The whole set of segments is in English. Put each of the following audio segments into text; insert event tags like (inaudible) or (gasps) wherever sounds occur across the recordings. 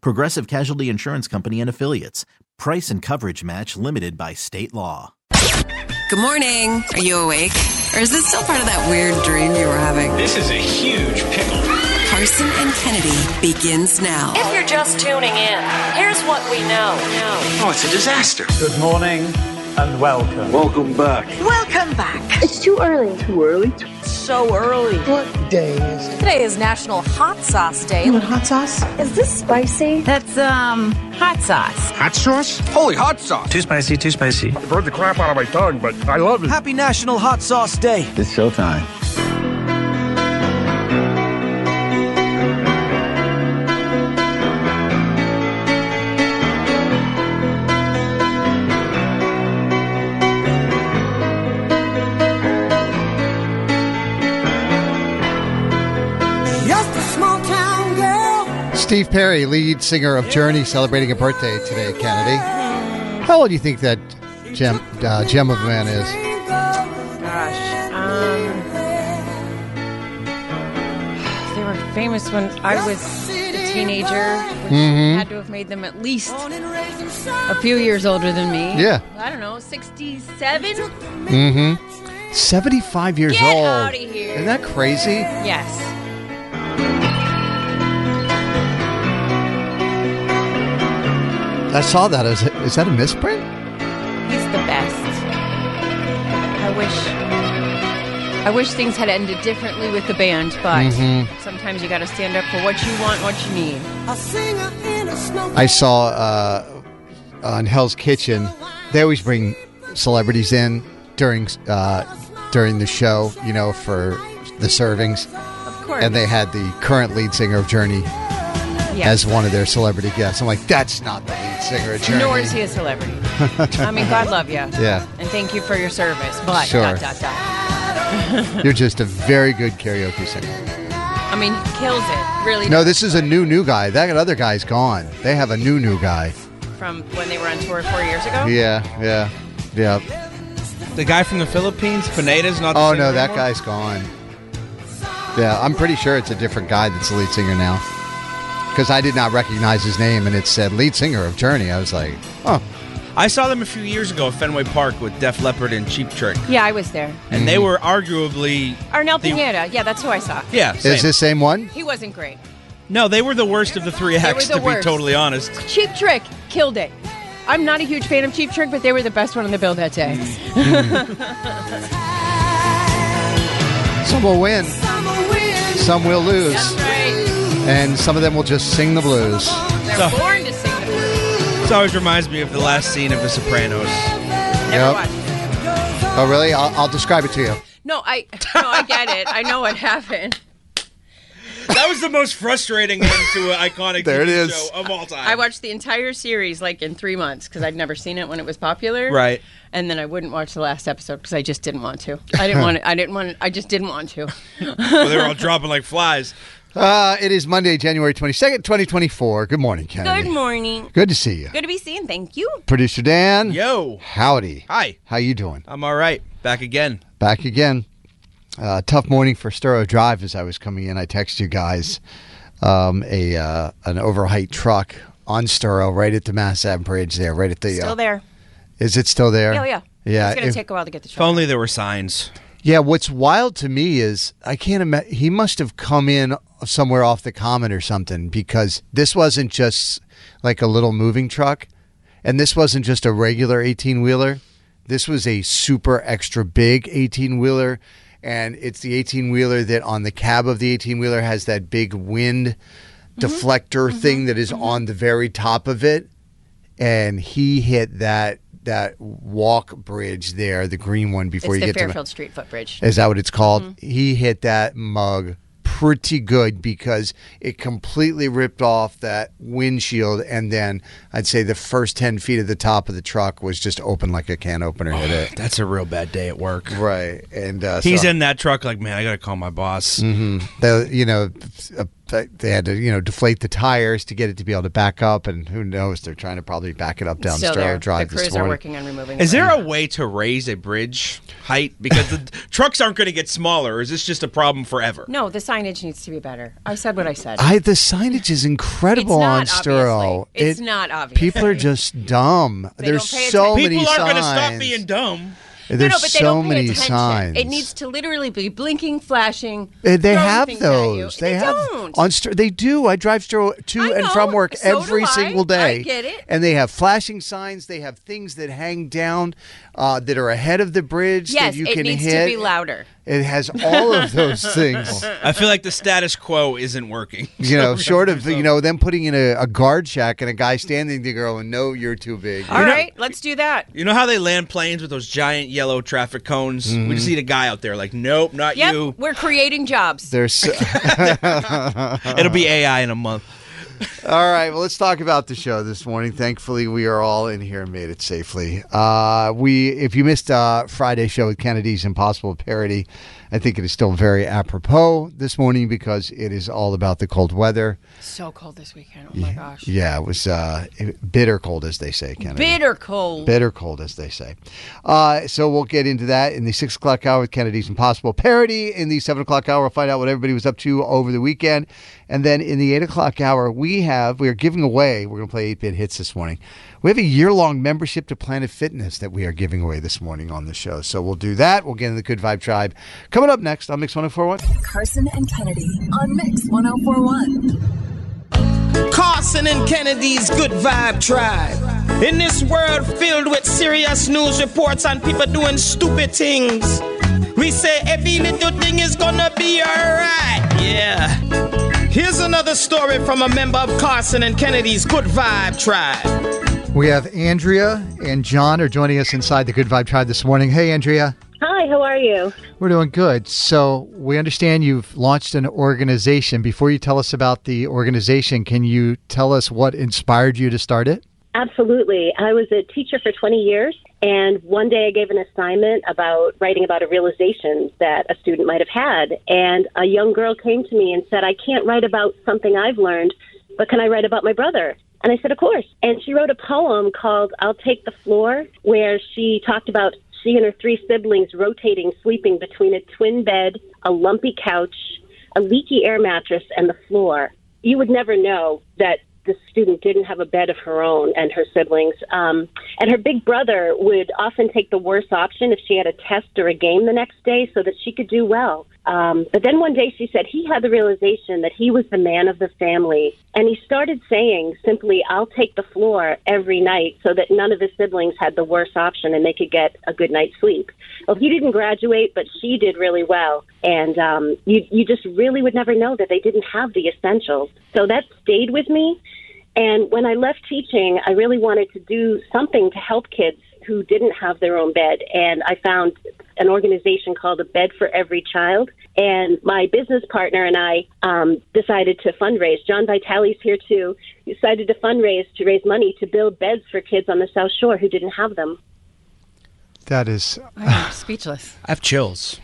Progressive Casualty Insurance Company and Affiliates. Price and coverage match limited by state law. Good morning. Are you awake? Or is this still part of that weird dream you were having? This is a huge pickle. Carson and Kennedy begins now. If you're just tuning in, here's what we know. No. Oh, it's a disaster. Good morning and welcome. Welcome back. Welcome back. It's too early. Too early? So early. What day is it? Today is National Hot Sauce Day. You want hot sauce? Is this spicy? That's, um, hot sauce. Hot sauce? Holy hot sauce. Too spicy, too spicy. It burned the crap out of my tongue, but I love it. Happy National Hot Sauce Day. It's showtime. Steve Perry, lead singer of Journey, celebrating a birthday today, Kennedy. How old do you think that gem, uh, gem of a man is? Gosh. Um, they were famous when I was a teenager, which Mhm. had to have made them at least a few years older than me. Yeah. I don't know, 67? Mm hmm. 75 years Get old. outta here. Isn't that crazy? Yes. I saw that. Is, is that a misprint? He's the best. I wish. I wish things had ended differently with the band, but Mhm. sometimes you got to stand up for what you want, what you need. I saw uh, on Hell's Kitchen. They always bring celebrities in during uh, during the show, you know, for the servings, Of course. and they had the current lead singer of Journey Yeah. as one of their celebrity guests. I'm like, that's not the lead (laughs) singer of Journey. Nor is he (laughs) a celebrity. I mean, God love you. Yeah. And thank you for your service. But Sure. dot, dot, dot. (laughs) You're just a very good karaoke singer. I mean, he kills it. Really. No, does. this is a new new guy. That other guy's gone. They have a new new guy. From when they were on tour four years ago? Yeah, yeah, yeah. The guy from the Philippines, Pineda's not. The Oh singer no, that anymore? guy's gone. Yeah, I'm pretty sure it's a different guy that's the lead singer now. Because I did not recognize his name, and it said lead singer of Journey. I was like, oh, I saw them a few years ago at Fenway Park with Def Leppard and Cheap Trick, Yeah, I was there. and Mm-hmm. they were arguably. Arnell The- Pineda. Yeah, that's who I saw. Yeah, is same. this same one? He wasn't great. no? They were the worst of the three were acts, the to worst. be totally honest. Cheap Trick killed it. I'm not a huge fan of Cheap Trick, but they were the best one on the bill that day. Mm. Some will win, some will lose, right. and some of them will just sing the blues. They're So- born to sing. the blues. This always reminds me of the last scene of The Sopranos. Never Yep. watched it. Oh, really? I'll, I'll describe it to you. No, I no, I get it. I know what happened. That was the most frustrating end to (laughs) an iconic There it TV is. show Oh, of all time. I watched the entire series like in three months because I'd never seen it when it was popular. Right. And then I wouldn't watch the last episode because I just didn't want to. (laughs) I didn't want. To, I didn't want. I just didn't want to. Well, they were all dropping like flies. Uh, it is Monday, January 22nd, 2024. Good morning, Kennedy. Good morning. Good to see you. Good to be seen. Thank you. Producer Dan. Yo, Howdy. hi. How you doing? I'm all right. Back again. back again. Uh, tough morning for Sturo Drive. As I was coming in, I text you guys um, a uh, an overheight truck on Sturo, right at the Mass Ave Bridge. There, right at the. uh, Still there. Is it still there? Oh yeah. Yeah. It's gonna if- take a while to get the If truck. only there were signs. yeah. What's wild to me is I can't imagine he must have come in somewhere off the common or something because this wasn't just like a little moving truck. And this wasn't just a regular 18 wheeler. This was a super extra big 18 wheeler. And it's the 18 wheeler that on the cab of the 18 wheeler has that big wind deflector thing that is on the very top of it. And he hit that that walk bridge there, the green one before it's you the get Fairfield to Street footbridge. is that what it's called? Mhm. He hit that mug pretty good because it completely ripped off that windshield and then I'd say the first 10 feet of the top of the truck was just open like a can opener hit it. (sighs) That's a real bad day at work. Right. And uh, He's so- in that truck like, man, I got to call my boss. hmm The, you know, uh, they had to you know deflate the tires to get it to be able to back up, and who knows? They're trying to probably back it up down Still there. Sterling Drive The this crews morning. are working on removing. Is it. there a way to raise a bridge height? Because the (laughs) trucks aren't going to get smaller. Is this just a problem forever? No, the signage needs to be better. I said what I said. I the signage is incredible on not, Sturo. obviously. It's not obvious. People are just dumb. There's so many People aren't signs. gonna stop being dumb. There's no, no, but they so don't pay many attention. signs. It needs to literally be blinking, flashing. Uh, They, they throwing have things at you. those. They, have don't. on Stro- They do. I drive Stro to and from work So every do I. single day. I get it. And they have flashing signs. They have things that hang down uh, that are ahead of the bridge Yes, that you it can needs hit. to be louder. It has all of (laughs) those things. I feel like the status quo isn't working. You (laughs) know, short of you know them putting in a, a guard shack and a guy standing there going, "No, you're too big." All right, let's do that. You know how they land planes with those giant yellow traffic cones? We Mm-hmm. just need a guy out there like, nope, not Yep, you. we're creating jobs. There's. So- (laughs) (laughs) It'll be AI in a month. All right, well, let's talk about the show this morning. Thankfully, we are all in here and made it safely. Uh, we, if you missed uh, Friday's show with Kennedy's Impossible Parody, I think it is still very apropos this morning because it is all about the cold weather. So cold this weekend. Oh my gosh. Yeah, it was uh, bitter cold, as they say, Kennedy. Bitter cold. Bitter cold, as they say. Uh, so we'll get into that in the six o'clock hour with Kennedy's Impossible Parody. In the seven o'clock hour, we'll find out what everybody was up to over the weekend. And then in the eight o'clock hour, we have, we are giving away, we're going to play 8 bit hits this morning. We have a year long membership to Planet Fitness that we are giving away this morning on the show. So we'll do that. We'll get into the Good Vibe Tribe. Coming up next on Mix 1041. Carson and Kennedy on Mix 1041. Carson and Kennedy's Good Vibe Tribe. In this world filled with serious news reports and people doing stupid things, we say every little thing is gonna be alright. Yeah. Here's another story from a member of Carson and Kennedy's Good Vibe Tribe. We have Andrea and John are joining us inside the Good Vibe Tribe this morning. Hey, Andrea. Hi, how are you? We're doing good. So we understand you've launched an organization. Before you tell us about the organization, can you tell us what inspired you to start it? Absolutely. I was a teacher for 20 years, and one day I gave an assignment about writing about a realization that a student might have had. And a young girl came to me and said, I can't write about something I've learned, but can I write about my brother? And I said, Of course. And she wrote a poem called I'll Take the Floor, where she talked about she and her three siblings rotating, sleeping between a twin bed, a lumpy couch, a leaky air mattress and the floor. You would never know that the student didn't have a bed of her own and her siblings. Um, and her big brother would often take the worst option if she had a test or a game the next day so that she could do well. Um, but then one day she said he had the realization that he was the man of the family. And he started saying simply, I'll take the floor every night so that none of his siblings had the worst option and they could get a good night's sleep. Well, he didn't graduate, but she did really well. And um, you, you just really would never know that they didn't have the essentials. So that stayed with me. And when I left teaching, I really wanted to do something to help kids who didn't have their own bed. And I found an organization called A Bed for Every Child. And my business partner and I um, decided to fundraise. John Vitale's here too. We Decided to fundraise to raise money to build beds for kids on the South Shore who didn't have them. That is, I'm speechless. I have chills.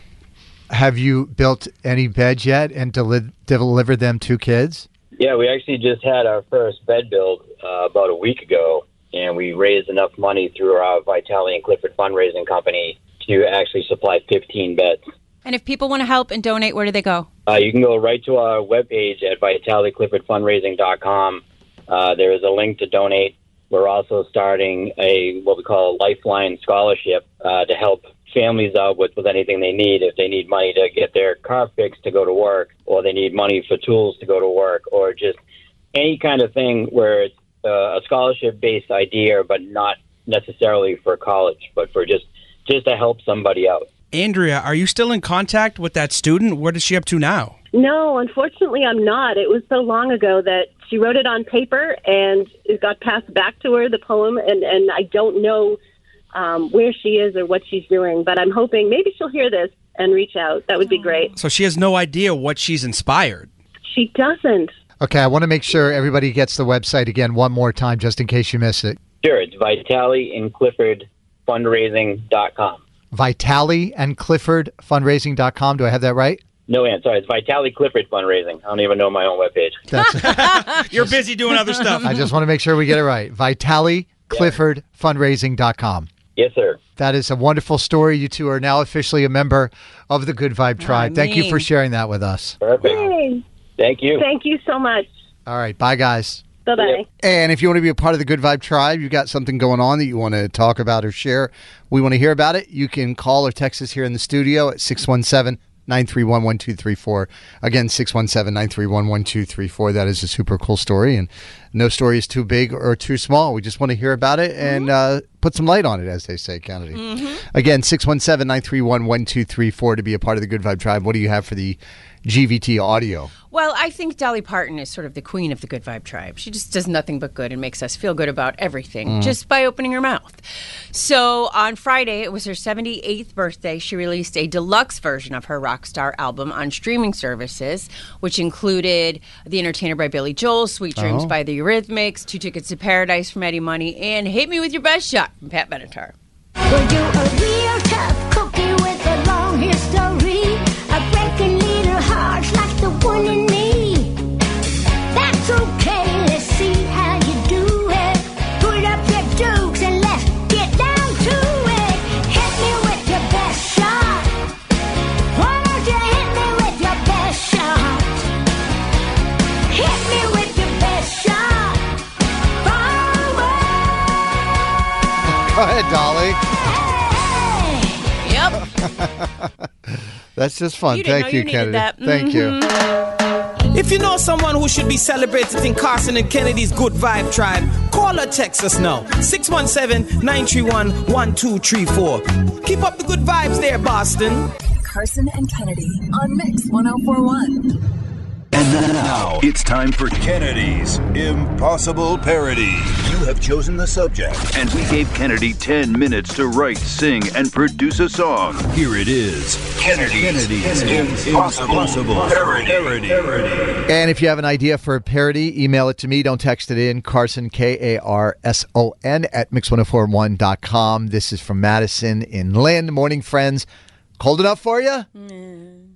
have you built any beds yet and deli- delivered them to kids? Yeah, we actually just had our first bed build uh, about a week ago, and we raised enough money through our Vitali and Clifford fundraising company to actually supply 15 beds. And if people want to help and donate, where do they go? Uh, you can go right to our webpage at vitaliecliffordfundraising.com. Uh, there is a link to donate. We're also starting a what we call a lifeline scholarship uh, to help families out with, with anything they need. If they need money to get their car fixed to go to work, or they need money for tools to go to work, or just any kind of thing where it's uh, a scholarship based idea, but not necessarily for college, but for just just to help somebody out. Andrea, are you still in contact with that student? What is she up to now? No, unfortunately, I'm not. It was so long ago that she wrote it on paper and it got passed back to her, the poem, and, and I don't know um, where she is or what she's doing, but I'm hoping maybe she'll hear this and reach out. That would be great. So she has no idea what she's (laughs) inspired. She doesn't. Okay, I want to make sure everybody gets the website again one more time just in case you missed it. Sure, it's Vitali and Clifford fundraising.com. Vitali and Clifford fundraising.com. Do I have that right? No, Ann, sorry, it's Vitali Clifford fundraising. I don't even know my own webpage. (laughs) (laughs) You're busy doing other stuff. I just want to make sure we get it right. Vitali Clifford fundraising.com. Yes, sir. That is a wonderful story. You two are now officially a member of the Good Vibe Tribe. Thank you neat. for sharing that with us. Perfect. Thank you. Thank you so much. All right. Bye, guys. Bye bye. And if you want to be a part of the Good Vibe Tribe, you got something going on that you want to talk about or share, we want to hear about it. You can call or text us here in the studio at 617 931 1234. Again, 617 931 1234. That is a super cool story. And no story is too big or too small. We just want to hear about it and uh, put some light on it, as they say, Kennedy. Again, 617 931 1234 to be a part of the Good Vibe Tribe. What do you have for the GVT audio? Well, I think Dolly Parton is sort of the queen of the good vibe tribe. She just does nothing but good and makes us feel good about everything Mm. just by opening her mouth. So on Friday, it was her 78th birthday. She released a deluxe version of her Rockstar album on streaming services, which included The Entertainer by Billy Joel, Sweet Dreams Oh. by The Eurythmics, Two Tickets to Paradise from Eddie Money, and Hit Me With Your Best Shot from Pat Benatar. Were you a real tough cookie with a long history? A breaking little heart like the one in me. That's okay, let's see how you do it. Put up your dukes and let's get down to it. Hit me with your best shot. Why don't you hit me with your best shot? Hit me with your best shot. Oh, Forward. Go ahead, Dolly. Yep. That's just fun. Thank you, Mm-hmm. Kennedy. Thank you. Mm-hmm. If you know someone who should be celebrated in Carson and Kennedy's Good Vibe Tribe, call or text us now. 617-931-1234. Keep up the good vibes there, Boston. Carson and Kennedy on Mix 1041. And now it's time for Kennedy's Impossible Parody. You have chosen the subject, and we gave Kennedy 10 minutes to write, sing, and produce a song. Here it is Kennedy's, Kennedy's Impossible, Impossible Parody. And if you have an idea for a parody, email it to me. Don't text it in. Carson, K A R S O N, at mix1041.com. This is from Madison in Lynn. Morning, friends. Cold enough for you?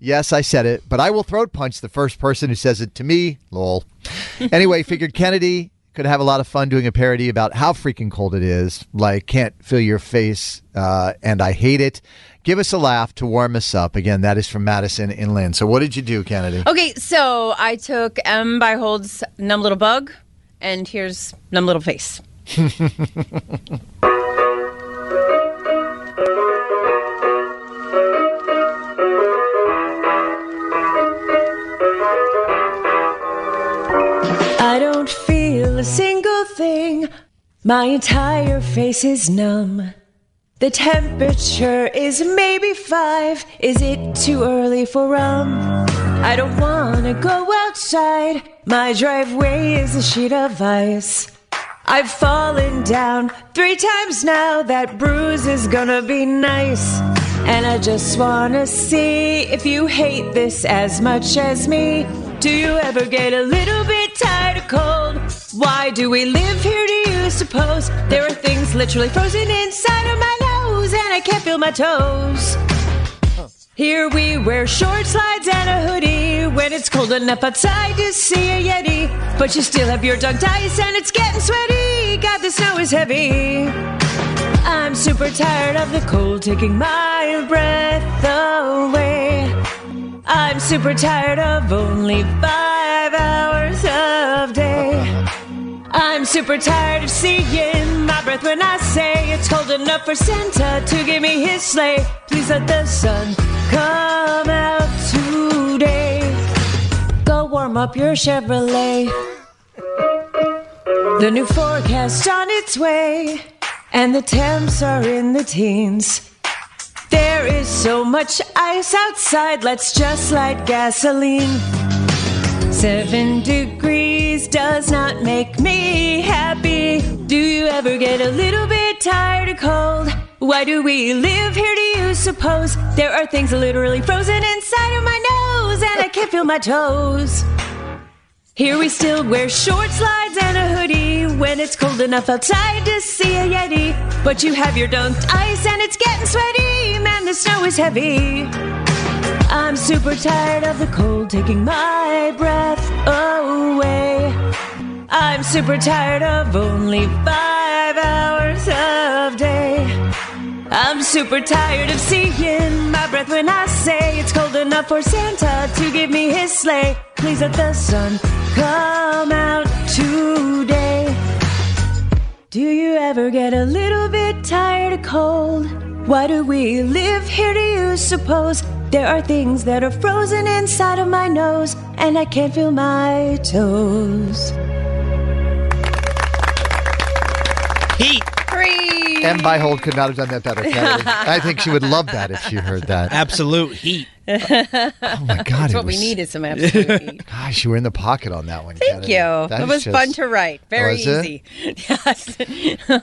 Yes, I said it, but I will throat punch the first person who says it to me. Lol. anyway, figured Kennedy could have a lot of fun doing a parody about how freaking cold it is. Like, can't feel your face, uh, and I hate it. Give us a laugh to warm us up. Again, that is from Madison in Lynn. So, what did you do, Kennedy? Okay, so I took M by Hold's Numb Little Bug, and here's Numb Little Face. I don't feel a single thing. My entire face is numb. The temperature is maybe five. Is it too early for rum? I don't wanna go outside. My driveway is a sheet of ice. I've fallen down three times now. That bruise is gonna be nice. And I just wanna see if you hate this as much as me. Do you ever get a little bit tired of cold? Why do we live here, do you suppose? There are things literally frozen inside of my nose, and I can't feel my toes. Here we wear short slides and a hoodie when it's cold enough outside to see a Yeti. But you still have your duck dice and it's getting sweaty. God, the snow is heavy. I'm super tired of the cold taking my breath away. I'm super tired of only five hours of day. I'm super tired of seeing my breath when I say it's cold enough for Santa to give me his sleigh. Please let the sun come out today. Go warm up your Chevrolet. The new forecast on its way, and the temps are in the teens. There is so much ice outside, let's just light gasoline. Seven degrees does not make me happy. Do you ever get a little bit tired of cold? Why do we live here, do you suppose? There are things literally frozen inside of my nose, and I can't feel my toes. Here we still wear short slides and a hoodie when it's cold enough outside to see a Yeti. But you have your dunked ice and it's getting sweaty. Man, the snow is heavy. I'm super tired of the cold taking my breath away. I'm super tired of only five hours of day. I'm super tired of seeing my breath when I say it's cold enough for Santa to give me his sleigh. Please let the sun come out today. Do you ever get a little bit tired of cold? Why do we live here, do you suppose? There are things that are frozen inside of my nose, and I can't feel my toes. Heat. Free. M. Byhold could not have done that better. Kennedy. I think she would love that if she heard that. Absolute heat. (laughs) my oh God, That's it what was- we (laughs) need is some (laughs) absolute heat. Gosh, you were in the pocket on that one. Thank Kennedy. you. That It is was just- fun to write. Very is it? easy. (laughs) Yes.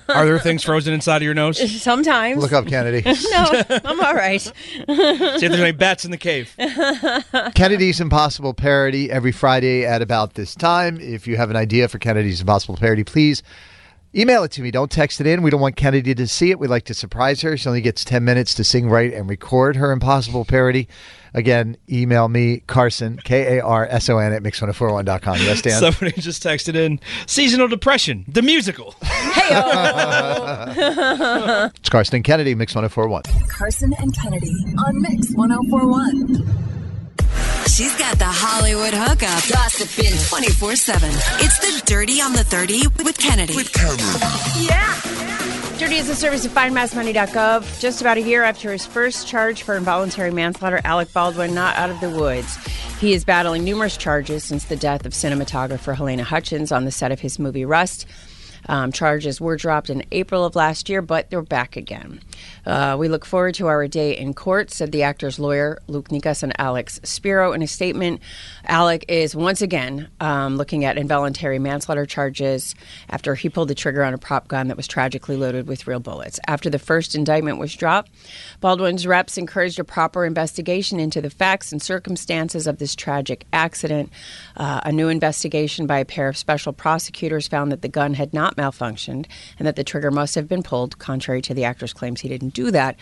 Are there things frozen inside of your nose? See (laughs) Sometimes. Look up, (laughs) Kennedy. (laughs) no, I'm all right. (laughs) if there's any bats in the cave. Kennedy's Impossible Parody every Friday at about this time. If you have an idea for Kennedy's Impossible Parody, please email it to me. Don't text it in. We don't want Kennedy to see it. We'd like to surprise her. She only gets 10 minutes to sing, write, and record her Impossible Parody. Again, email me, Carson, K A R S O N, at mix1041.com. Yes, Dan? (laughs) Somebody just texted in seasonal depression, the musical. (laughs) it's Carson and Kennedy, Mix1041. Carson and Kennedy on Mix 1041. She's got the Hollywood hookup, gossiping 24 7. It's the Dirty on the 30 with Kennedy. With Kennedy. Yeah. Dirty is a service of findmassmoney.gov. Just about a year after his first charge for involuntary manslaughter, Alec Baldwin not out of the woods. He is battling numerous charges since the death of cinematographer Helena Hutchins on the set of his movie Rust. Um, charges were dropped in April of last year, but they're back again. Uh, we look forward to our day in court, said the actor's lawyer, Luke Nikas and Alex Spiro, in a statement. Alec is once again um, looking at involuntary manslaughter charges after he pulled the trigger on a prop gun that was tragically loaded with real bullets. After the first indictment was dropped, Baldwin's reps encouraged a proper investigation into the facts and circumstances of this tragic accident. Uh, a new investigation by a pair of special prosecutors found that the gun had not malfunctioned and that the trigger must have been pulled, contrary to the actor's claims he didn't do that,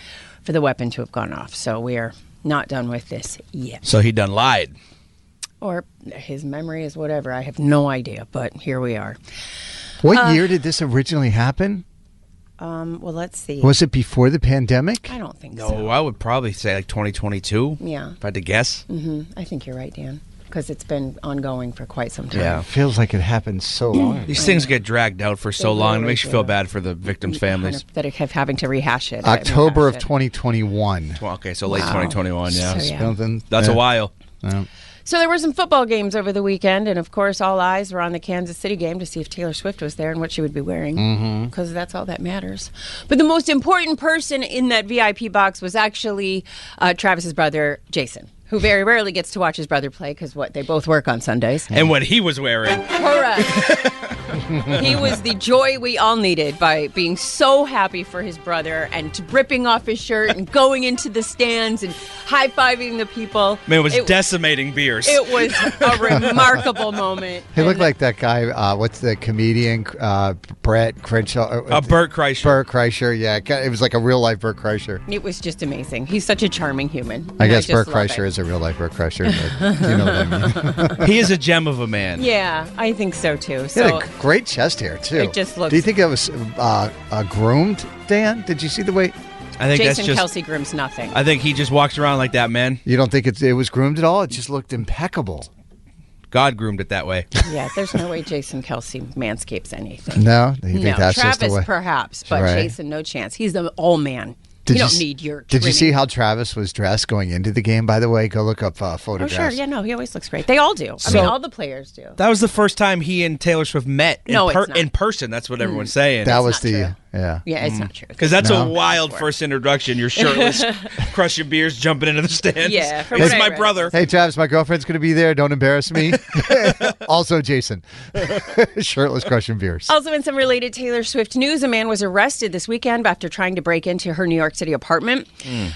for the weapon to have gone off. So we are not done with this yet. (laughs) So he done lied. Or his memory is whatever. I have no idea, but here we are. What Uh, year did this originally happen? Um, well, let's see. Was it before the pandemic? I don't think No, so. I would probably say like 2022. Yeah. If I had to guess. hmm I think you're right, Dan, because it's been ongoing for quite some time. Yeah. Feels like it happened so long. These things get dragged out for so They long. It really makes you do. feel bad for the victims' families. That are having to rehash it. October of Rehash it. 2021. Well, okay, so late Wow. 2021. Yeah. So, yeah. Something- That's yeah. a while. Yeah. So there were some football games over the weekend, and of course, all eyes were on the Kansas City game to see if Taylor Swift was there and what she would be wearing, Mhm. because that's all that matters. But the most important person in that VIP box was actually uh, Travis's brother, Jason, who very rarely gets to watch his brother play because what they both work on Sundays. And what he was wearing. (laughs) (laughs) he was the joy we all needed by being so happy for his brother and t- ripping off his shirt and going into the stands and high fiving the people. Man, it was It- decimating beers. It was (laughs) a remarkable moment. He looked like that guy. Uh, what's the comedian? Uh, Brett Crenshaw. Uh, Bert Kreischer. Bert Kreischer. Yeah, it got- it was like a real life Bert Kreischer. It was just amazing. He's such a charming human. I guess just Bert love Kreischer it. is a real life Bert (laughs) Kreischer. (laughs) but you know (laughs) what I mean. he is a gem of a man. Yeah, I think so too. He had So a great chest hair too. It just looks- Do you think that was uh, uh, groomed, Dan? Did you see the way? I think that's Jason just. Kelsey grooms nothing. I think he just walks around like that, man. You don't think it, it was groomed at all? It just looked impeccable. God groomed it that way. (laughs) yeah, there's no way Jason Kelsey manscapes anything. No, you think no, that's Travis just the way? perhaps, but Right. Jason no chance. He's the all man. You don't s- need your Did you see trimming. how Travis was dressed going into the game? By the way, go look up uh, Oh, photographs. sure. Yeah, no, he always looks great. They all do. I So- mean, all the players do. (laughs) That was the first time he and Taylor Swift met in, No, it's per- not. in person. That's what everyone's Mm. saying. That was the yeah. Yeah, Mm. it's not true. Because that's No. a wild first introduction. You're (laughs) shirtless, crushing beers, jumping into the stands. Yeah, from it's what I my read. brother. Hey Travis, my girlfriend's gonna be there. Don't embarrass (laughs) me. (laughs) also, Jason, (laughs) shirtless crushing beers. Also, in some related Taylor Swift news, a man was arrested this weekend after trying to break into her New York City apartment.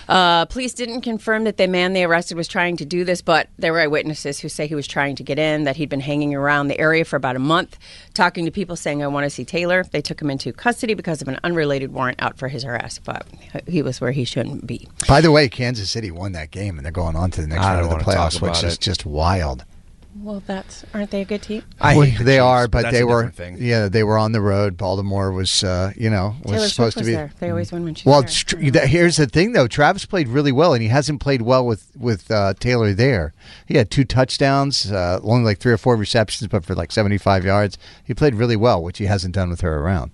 Uh, police didn't confirm that the man they arrested was trying to do this, but there were eyewitnesses who say he was trying to get in, that he'd been hanging around the area for about a month, talking to people saying, I want to see Taylor. They took him into custody because of an unrelated warrant out for his arrest, but he was where he shouldn't be. By the way, Kansas City won that game, and they're going on to the next I round of don't the wanna talk playoffs, which about is it. just wild. Well, that's, aren't they a good team? Well, hate the they Chiefs, are, but but that's they a were. different thing. Yeah, they were on the road. Baltimore was, uh, you know, was Taylor Swift supposed was to be. there. They always win when she's well, there. it's tr- that- here's the thing though. Travis played really well, and he hasn't played well with with uh, Taylor there. He had two touchdowns, uh, only like three or four receptions, but for like 75 yards. He played really well, which he hasn't done with her around.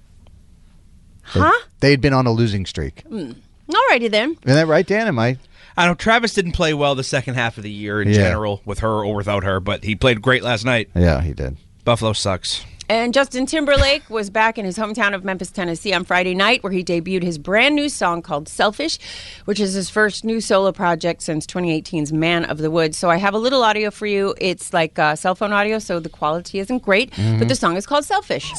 Huh? They had been on a losing streak. Mm. Alrighty then. Isn't that right, Dan? Am I? I know Travis didn't play well the second half of the year in Yeah. general with her or without her, but he played great last night. Yeah, he did. Buffalo sucks. And Justin Timberlake was back in his hometown of Memphis, Tennessee on Friday night, where he debuted his brand new song called Selfish, which is his first new solo project since 2018's Man of the Woods. So I have a little audio for you. It's like uh, cell phone audio, so the quality isn't great, Mhm. but the song is called Selfish.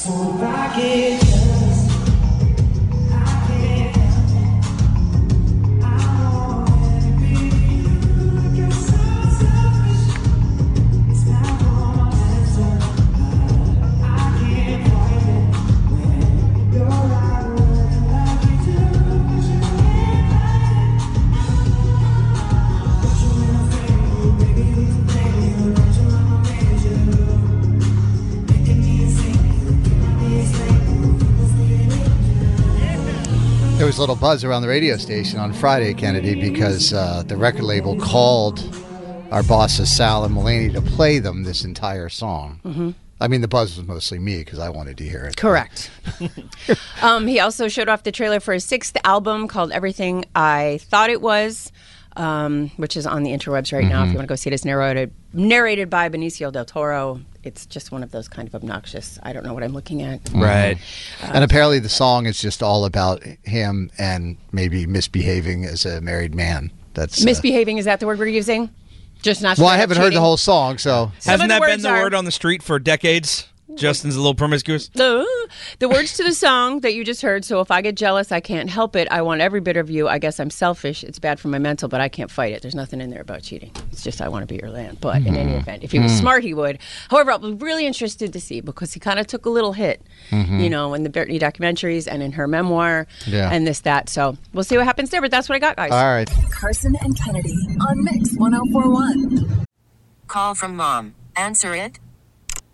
There was a little buzz around the radio station on Friday, Kennedy, because uh, the record label called our bosses Sal and Mulaney to play them this entire song. Mhm. I mean, the buzz was mostly me because I wanted to hear it. Correct. um, he also showed off the trailer for his sixth album called Everything I Thought It Was, um, which is on the interwebs right Mm-hmm. now. If Mhm. you want to go see it, it's narrated narrated by Benicio del Toro. It's just one of those kind of obnoxious. I don't know what I'm looking at. Uh, Right. Mm-hmm. And apparently, the song is just all about him and maybe misbehaving as a married man. That's uh, Misbehaving is that the word we're using? Just not. well, I straight up haven't heard the cheating? whole song, so Some Hasn't of the that been words the are- word on the street for decades? Justin's a little promiscuous. Uh, the words to the song that you just heard. So if I get jealous, I can't help it. I want every bit of you. I guess I'm selfish. It's bad for my mental, but I can't fight it. There's nothing in there about cheating. It's just I want to be your land. But in any Mm-hmm. Mm. event, if he was Mm. smart, he would. However, I'll be really interested to see because he kind of took a little hit, Mhm. you know, in the Britney documentaries and in her memoir Mm-hmm. Yeah. and this that. So we'll see what happens there. But that's what I got, guys. all right. Carson and Kennedy on Mix 1041. Call from mom. Answer it.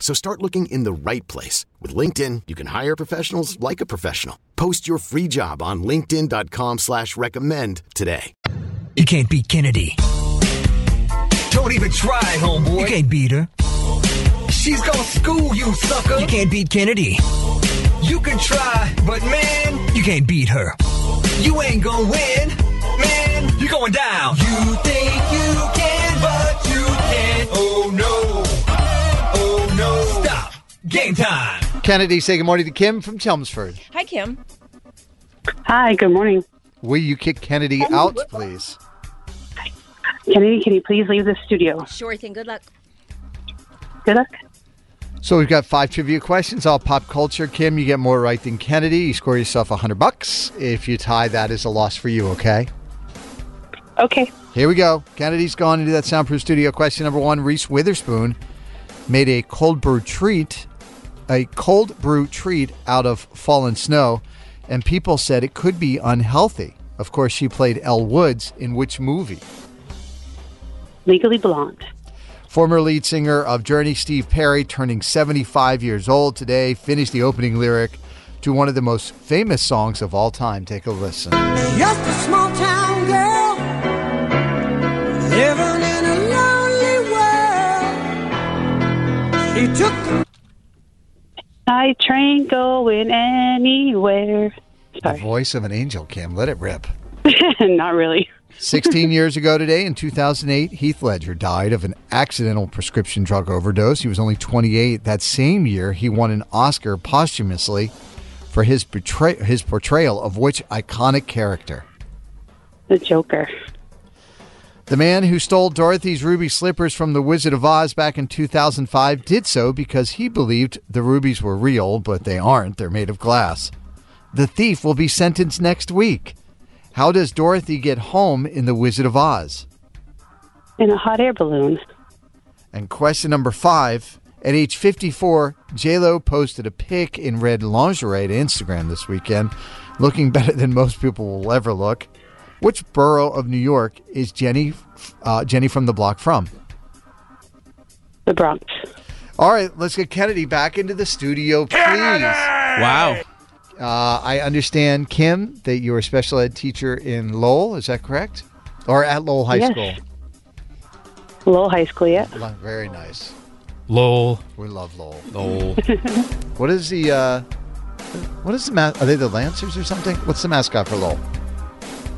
So start looking in the right place. With LinkedIn, you can hire professionals like a professional. Post your free job on linkedin.com slash recommend today. You can't beat Kennedy. Don't even try, homeboy. You can't beat her. She's gonna school you, sucker. You can't beat Kennedy. You can try, but man, you can't beat her. You ain't gonna win, man. You're going down. You think you can, but you can't. Oh no. Oh no. Stop. Game time. Kennedy, say good morning to Kim from Chelmsford. Hi, Kim. Hi, good morning. Will you kick Kennedy out, please? Kennedy, can you please leave the studio? Sure thing. Good luck. Good luck. So we've got five trivia questions, all pop culture. Kim, you get more right than Kennedy. You score yourself a hundred bucks. If you tie, that is a loss for you. Okay. Okay. Here we go. Kennedy's gone into that soundproof studio. Question number one: Reese Witherspoon made a cold brew treat, a cold brew treat out of fallen snow, and people said it could be unhealthy. Of course, she played Elle Woods in which movie? Legally Blonde. Former lead singer of Journey, Steve Perry, turning 75 years old today, finished the opening lyric to one of the most famous songs of all time. Take a listen. Just a small town girl living in a lonely world. He took I train going anywhere. The voice of an angel, Kim. Let it rip. (laughs) Not really. (laughs) 16 years ago today, in 2008, Heath Ledger died of an accidental prescription drug overdose. He was only 28. That same year, he won an Oscar posthumously for his, betray- his portrayal of which iconic character? The Joker. The man who stole Dorothy's ruby slippers from the Wizard of Oz back in 2005 did so because he believed the rubies were real, but they aren't. They're made of glass. The thief will be sentenced next week. How does Dorothy get home in The Wizard of Oz? In a hot air balloon. And question number five. At age 54, J-Lo posted a pic in red lingerie to Instagram this weekend, looking (laughs) better than most people will ever look. Which borough of New York is Jenny, uh, Jenny from the Block from? The Bronx. All right, let's get Kennedy back into the studio, please. Wow. Uh, I understand, Kim, that you're a special ed teacher in Lowell. Is that correct? Or at Lowell High Yes. School? Lowell High School, yeah. Lo- Very nice. Lowell. We love Lowell. Lowell. (laughs) what is the uh, what is the ma- are they the Lancers or something? What's the mascot for Lowell?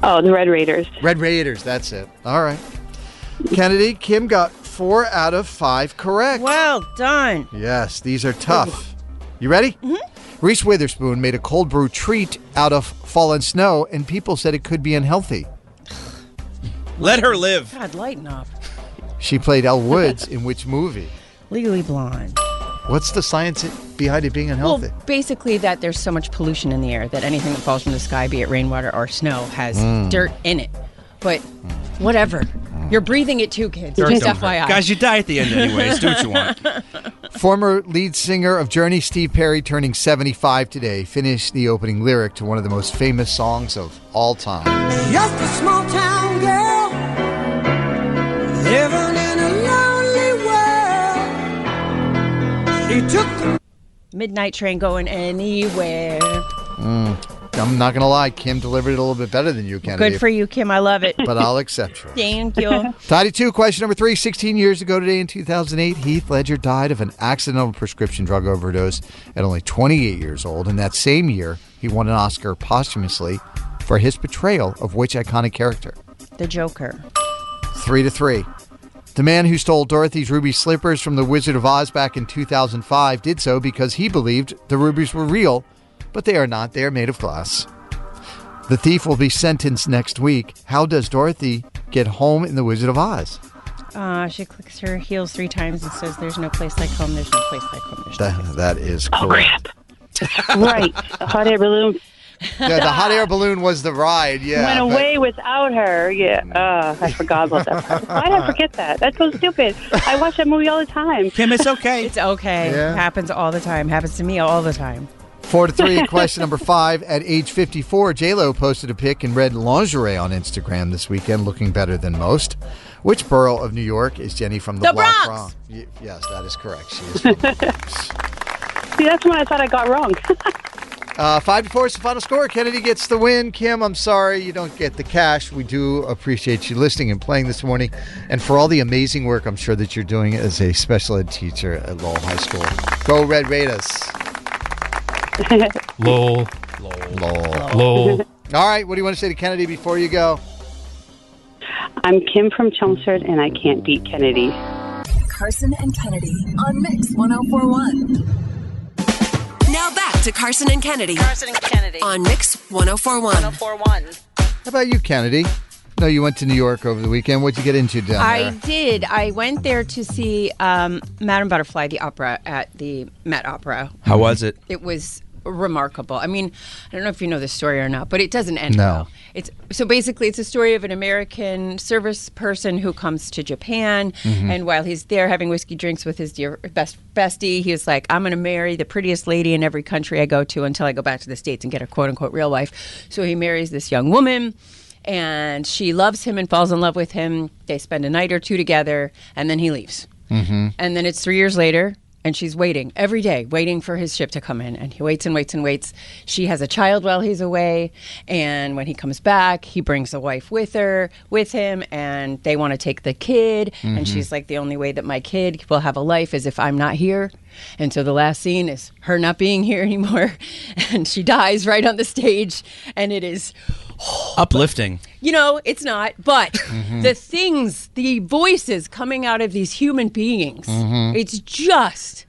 Oh, the Red Raiders. Red Raiders. That's it. All right. Kennedy, Kim got four out of five correct. Well done. Yes, these are tough. You ready? Mm-hmm. Reese Witherspoon made a cold brew treat out of fallen snow, and people said it could be unhealthy. Let her live. God, lighten up. She played Elle (laughs) Woods in which movie? Legally Blonde. What's the science behind it being unhealthy? Well, basically, that there's so much pollution in the air that anything that falls from the sky, be it rainwater or snow, has Mm. dirt in it. But whatever. You're breathing it too, kids. Dirt Just don't hurt. FYI. Guys, you die at the end anyways. Do what you (laughs) want. Former lead singer of Journey, Steve Perry, turning 75 today, finished the opening lyric to one of the most famous songs of all time. just a small town girl living in a lonely world. He took midnight train going anywhere. Mm. I'm not going to lie, Kim delivered it a little bit better than you, Kennedy. Good for you, Kim. I love it. But (laughs) I'll accept yours. (laughs) Thank you. 32, question number three. 16 years ago today in 2008, Heath Ledger died of an accidental prescription drug overdose at only 28 years old. And that same year, he won an Oscar posthumously for his portrayal of which iconic character? The Joker. Three to three. The man who stole Dorothy's ruby slippers from the Wizard of Oz back in 2005 did so because he believed the rubies were real, but they are not. They are made of glass. The thief will be sentenced next week. How does Dorothy get home in the Wizard of Oz? Uh, she clicks her heels three times and says, There's no place like home. There's no place like home. That, that is correct. (laughs) right. A hot air balloon yeah, the hot air balloon was the ride. Yeah, went but- away without her. Yeah. (laughs) Uh, I forgot about that part. Why did I forget that? That's so stupid. I watch that movie all the time. Kim, it's okay. it's okay. Yeah. Happens all the time. Happens to me all the time. Four to three. Question number five. At age 54, JLo posted a pic in red lingerie on Instagram this weekend, looking better than most. Which borough of New York is Jenny from the, The block Bronx! from? Y- yes, that is correct. She is. From- See, that's when I thought I got wrong. Uh, five to four is the final score. Kennedy gets the win. Kim, I'm sorry you don't get the cash. We do appreciate you listening and playing this morning, and for all the amazing work I'm sure that you're doing as a special ed teacher at Lowell High School. Go Red Raiders! Lol. Lol. (laughs) Lol. All right, what do you want to say to Kennedy before you go? I'm Kim from Chelmsford, and I can't beat Kennedy. Carson and Kennedy on Mix 1041. Now back to Carson and Kennedy. Carson and Kennedy. On Mix 1041. 1041. How about you, Kennedy? No, you went to New York over the weekend. What'd you get into down I there? did. I went there to see um, Madame Butterfly, the opera at the Met Opera. How was it? It was remarkable. I mean, I don't know if you know this story or not, but it doesn't end No. well. It's so basically, it's a story of an American service person who comes to Japan, Mhm. and while he's there having whiskey drinks with his dear best bestie, he's like, "I'm going to marry the prettiest lady in every country I go to until I go back to the states and get a quote unquote real wife." So he marries this young woman. And she loves him and falls in love with him. They spend a night or two together, and then he leaves. Mm-hmm. And then it's three years later, and she's waiting every day, waiting for his ship to come in. And he waits and waits and waits. She has a child while he's away, and when he comes back, he brings a wife with her, with him, and they want to take the kid. And Mhm. she's like, the only way that my kid will have a life is if I'm not here. And so the last scene is her not being here (laughs) anymore, and she dies right on the stage, and it is Uplifting. you know, it's not, but Mhm. the things, the voices coming out of these human beings, Mhm. it's just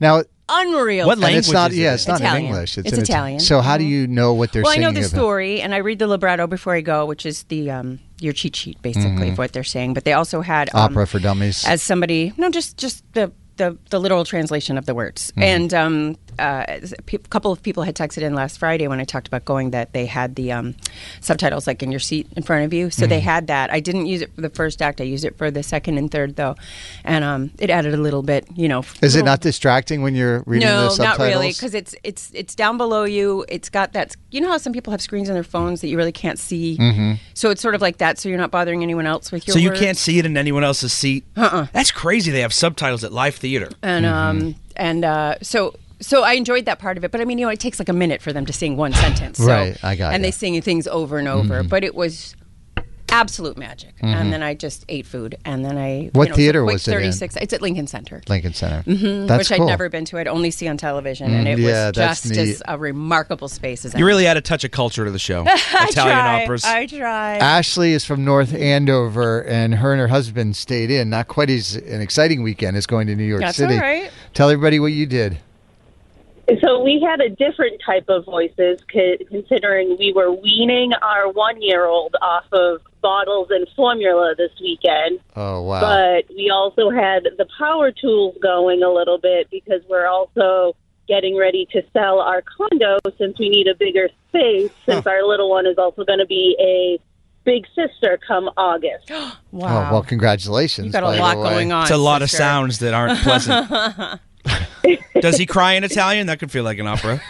Now, unreal. and it's not, Yeah, it's not Italian. in English. It's, in Ita- Italian. So how do you know what they're well, I singing know the about? story, and I read the libretto before I go, which is the um, your cheat sheet, basically, Mhm. of what they're saying. But they also had um, Opera for dummies. as somebody no just just the the, the literal translation of the words Mhm. and um, uh, a pe- couple of people had texted in last friday when i talked about going that they had the um, subtitles like in your seat in front of you so Mm-hmm. they Mhm. had that i didn't use it for the first act i used it for the second and third though and um, it added a little bit you know Is it little- not distracting when you're reading no, the subtitles? not really, because it's it's it's down below you. It's got that. You know how some people have screens on their phones that you really can't see. Mm-hmm. Mhm. So it's sort of like that. So you're not bothering anyone else with your. so you words. can't see it in anyone else's seat. Uh-uh. That's crazy. They have subtitles at live theater. and Mm-hmm. um and uh so so I enjoyed that part of it, but I mean, you know, it takes like a minute for them to sing one sentence. So, Right, I got And ya. they sing things over and over, Mm-hmm. Mhm. but it was absolute magic. Mhm. And then I just ate food, and then I you What know, it's a theater quick was it in? Thirty six. It's at Lincoln Center. Lincoln Center. hmm That's which cool. I'd never been to. I'd only see on television, Mm. and it Yeah, was that's just neat. as a remarkable space as You any. really add a touch of culture to the show. (laughs) I Italian try. operas. I try. Ashley is from North Andover, and her and her husband stayed in. Not quite as an exciting weekend as going to New York That's City. all right. Tell everybody what you did. So we had a different type of voices, co- considering we were weaning our one-year-old off of bottles and formula this weekend. Oh wow! But we also had the power tools going a little bit because we're also getting ready to sell our condo since we need a bigger space since our little one is also going to be a big sister come (gasps) August. Oh well, congratulations! You've got a by the lot way. going on, It's a lot of sounds that aren't pleasant. (laughs) Does he cry in Italian? That could feel like an opera.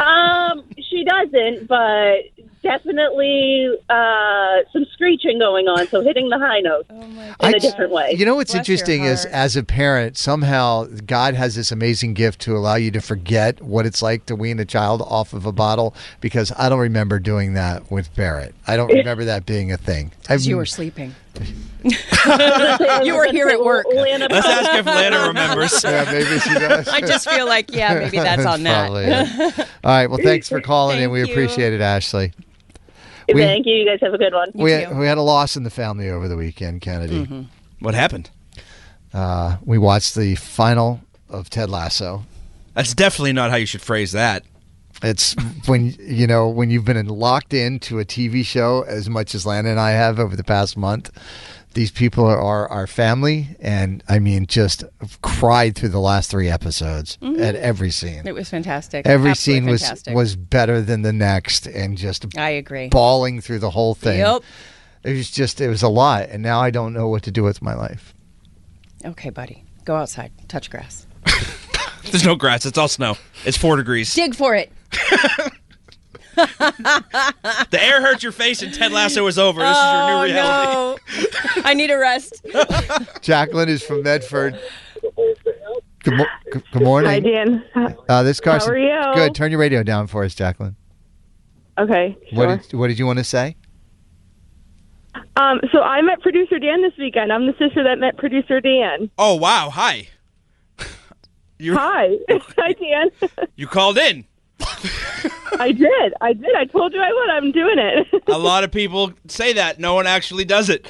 Um, she doesn't, but definitely uh, some screeching going on. So hitting the high notes Oh in a different way. You know what's interesting is, as a parent, somehow God has this amazing gift to allow you to forget what it's like to wean a child off of a bottle. Because I don't remember doing that with Barrett. I (laughs) don't remember that being a thing. I've- you (laughs) were sleeping. (laughs) you were here at work. Let's ask if Lana remembers. Yeah, maybe she does. I just feel like, yeah, (laughs) maybe (laughs) that's on Probably that. it. (laughs) All right. Well, thanks for calling in. We Thank you. appreciate it, Ashley. We- Thank you. You guys have a good one. we, we had a loss in the family over the weekend, Kennedy. Mhm. Mm-hmm. What happened? Uh, we watched the final of Ted Lasso. That's definitely not how you should phrase that. It's when you know when you've been in- locked into a TV show as much as Lana and I have over the past month. These people are, are our family, and I mean, just cried through the last three episodes Mhm. at every scene. It was fantastic. Every Absolutely scene was fantastic. was better than the next, and just I agree. bawling through the whole thing. Yep. It was just it was a lot, and now I don't know what to do with my life. Okay, buddy. Go outside. Touch grass. There's no grass. It's all snow. It's four degrees. Dig for it. The air hurts your face, and Ted Lasso is over. This is your new reality. (laughs) Oh, no. I need a rest. Jacqueline is from Medford. Good, mo- good- good morning. Hi, Dan. Uh, this How Carson. are you? Good. Turn your radio down for us, Jacqueline. Okay. What sure. did What did you want to say? (laughs) Um, so I met producer Dan this weekend. I'm the sister that met producer Dan. Oh wow! Hi, (laughs) Hi. (laughs) Hi, Dan. you called in. I did. I did. I told you I would. I'm doing it. (laughs) A lot of people say that. No one actually does it.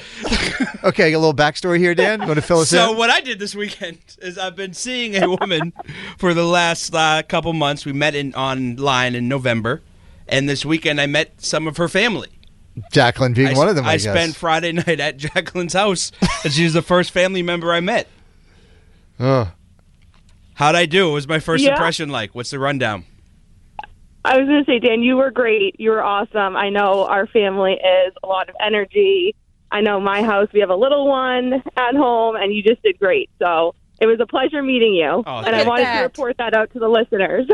Okay, a little backstory here, Dan. You want to fill us So in? what I did this weekend (laughs) is I've been seeing a woman for the last uh, couple months. We met in online in November, and this weekend I met some of her family. Jacqueline being I, one of them. I, I guess. spent Friday (laughs) night at Jacqueline's house, and she was the first family member I met. Ugh. How'd I do? What was my first Yeah. impression like? What's the rundown? I was going to say, Dan, you were great. You were awesome. I know our family is a lot of energy. I know my house, we have a little one at home, and you just did great. So it was a pleasure meeting Oh, you. and I thank wanted you. to report that out to the listeners.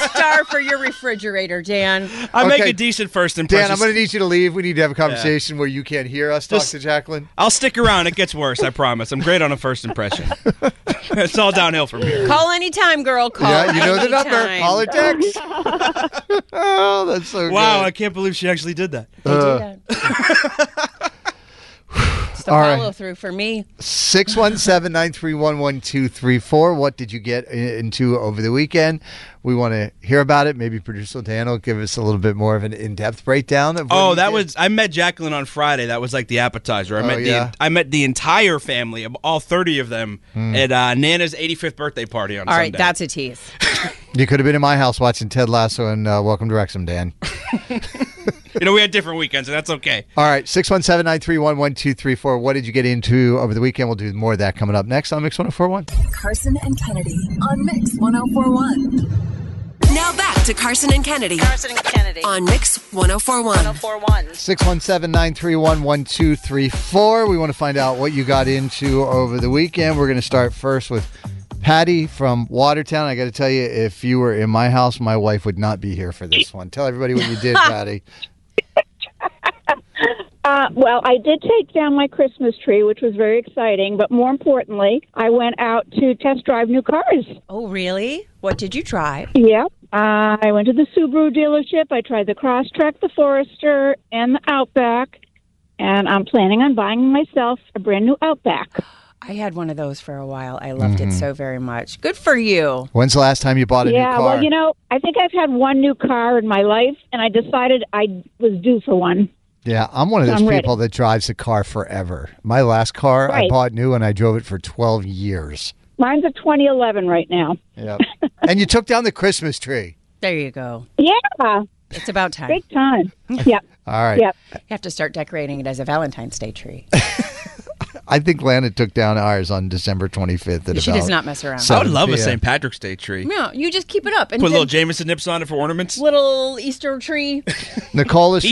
(laughs) Star for your refrigerator, Dan. I make Okay. a decent first impression. Dan, I'm going to need you to leave. We need to have a conversation where you can't hear us talk to Jacqueline. I'll stick around. It gets worse, I promise. I'm great on a (laughs) first impression. it's all downhill from here. Call anytime, girl. Call. Yeah, you know the number. anytime. Call or text. oh, that's so wow, good. I can't believe she actually did that. They do Uh, that. It's the All right. follow through for me. 617 931 1234. What did you get i- into over the weekend? We want to hear about it. Maybe producer Dan will give us a little bit more of an in depth breakdown of what Oh, he that did. was I met Jacqueline on Friday. That was like the appetizer. I Oh, met yeah. the I met the entire family of all thirty of them Hmm. at uh, Nana's 85th birthday party on All right, Sunday. that's a tease. You could have been in my house watching Ted Lasso and uh, Welcome to Wrexham, Dan. you know we had different weekends, and that's okay. All right, 617 931 1234. What did you get into over the weekend? We'll do more of that coming up next on Mix 1041. Carson and Kennedy on Mix 1041. Now back to Carson and Kennedy. Carson and Kennedy. On Mix 1041. 1041. 617 931 1234. We want to find out what you got into over the weekend. We're going to start first with Patty from Watertown. I got to tell you, if you were in my house, my wife would not be here for this one. Tell everybody what you (laughs) did, Patty. Uh, well, I did take down my Christmas tree, which was very exciting. But more importantly, I went out to test drive new cars. Oh, really? What did you drive? Yep. Uh, I went to the Subaru dealership. I tried the Crosstrek, the Forester, and the Outback. And I'm planning on buying myself a brand new Outback. I had one of those for a while. I loved it so very much. Good for you. Mm-hmm. When's the last time you Mm-hmm. bought a yeah, new car? well, you know, I think I've had one new car in my life, and I decided I was due for one. yeah, I'm one of those I'm ready. people that drives a car forever. My last car, I Right. bought new and I drove it for 12 years. Mine's a 2011 right now. Yep. and you took down the Christmas tree. There you go. Yeah. It's about time. Big time. Yep. All right. Yep. You have to start decorating it as a Valentine's Day tree. I think Lana took down ours on December 25th. At She about does not mess around. I would 7 love a p.m. St. Patrick's Day tree. No, you just keep it up and Put little then Jameson nips on it for ornaments. little Easter tree. (laughs) Nicole is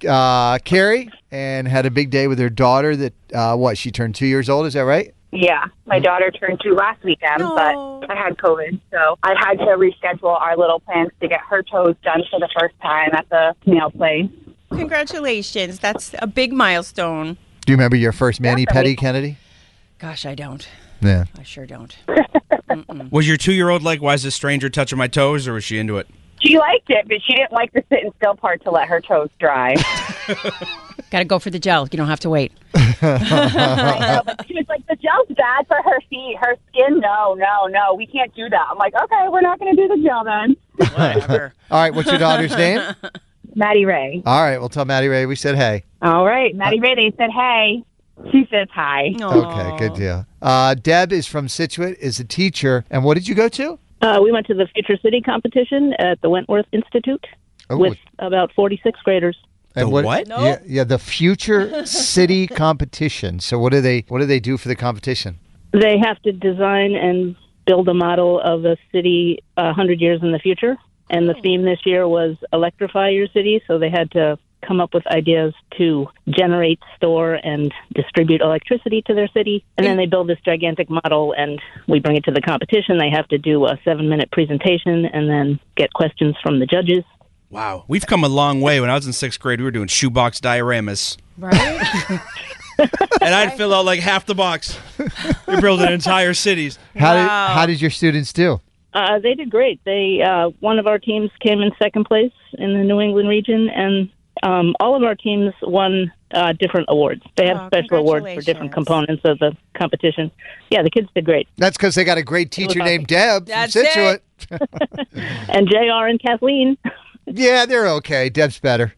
from uh, Carrie and had a big day with her daughter that, uh, what, she turned two years old? Is that right? Yeah, my Mm-hmm. daughter turned two last weekend, but I had COVID, so I had to reschedule our little plans to get her toes done for the first time at the nail place. Congratulations. That's a big milestone. Do you remember your first Manny Petty, Kennedy? Gosh, I don't. (laughs) Yeah. I sure don't. Hmm. Was your two-year-old like, "Why is this stranger touching my toes?" Or was she into it? She liked it, but she didn't like the sitting still part to let her toes (laughs) dry. Got to go for the gel. You don't have to (laughs) wait. I know, but she was like, "The gel's bad for her feet, her skin. No, no, no, we can't do that." I'm like, "Okay, we're not going to do the gel then." (laughs) All right. What's your daughter's (laughs) name? Maddie Ray. All right. We'll tell Maddie Ray we said hey. All right, Maddie Ray. They said, "Hey." She says hi. Okay. Good deal. Uh, Deb is from Situate, is a teacher. And what did you go to? Uh, we went to the Future City competition at the Wentworth Institute Oh, with about 46 graders. and Yeah, yeah, the (laughs) Future City Competition. So what do they what do they do for the competition? They have to design and build a model of a city uh, 100 years in the future. And the theme this year was electrify your city. So they had to come up with ideas to generate, store, and distribute electricity to their city. And then they build this gigantic model, and we bring it to the competition. They have to do a seven minute presentation and then get questions from the judges. Wow, we've come a long way. When I was in sixth grade, we were doing shoebox dioramas. Right? (laughs) and I'd fill out like half the box. You're building entire cities. How did how did your students do? Uh, they did great. They uh, one of our teams came in second place in the New England region, and um, all of our teams won uh, different awards. They have special awards for different components of the competition. Yeah, the kids did great. That's because they got a great teacher named Deb That's from Situate. (laughs) and Jr. and Kathleen. Yeah, they're okay. (laughs) Deb's better.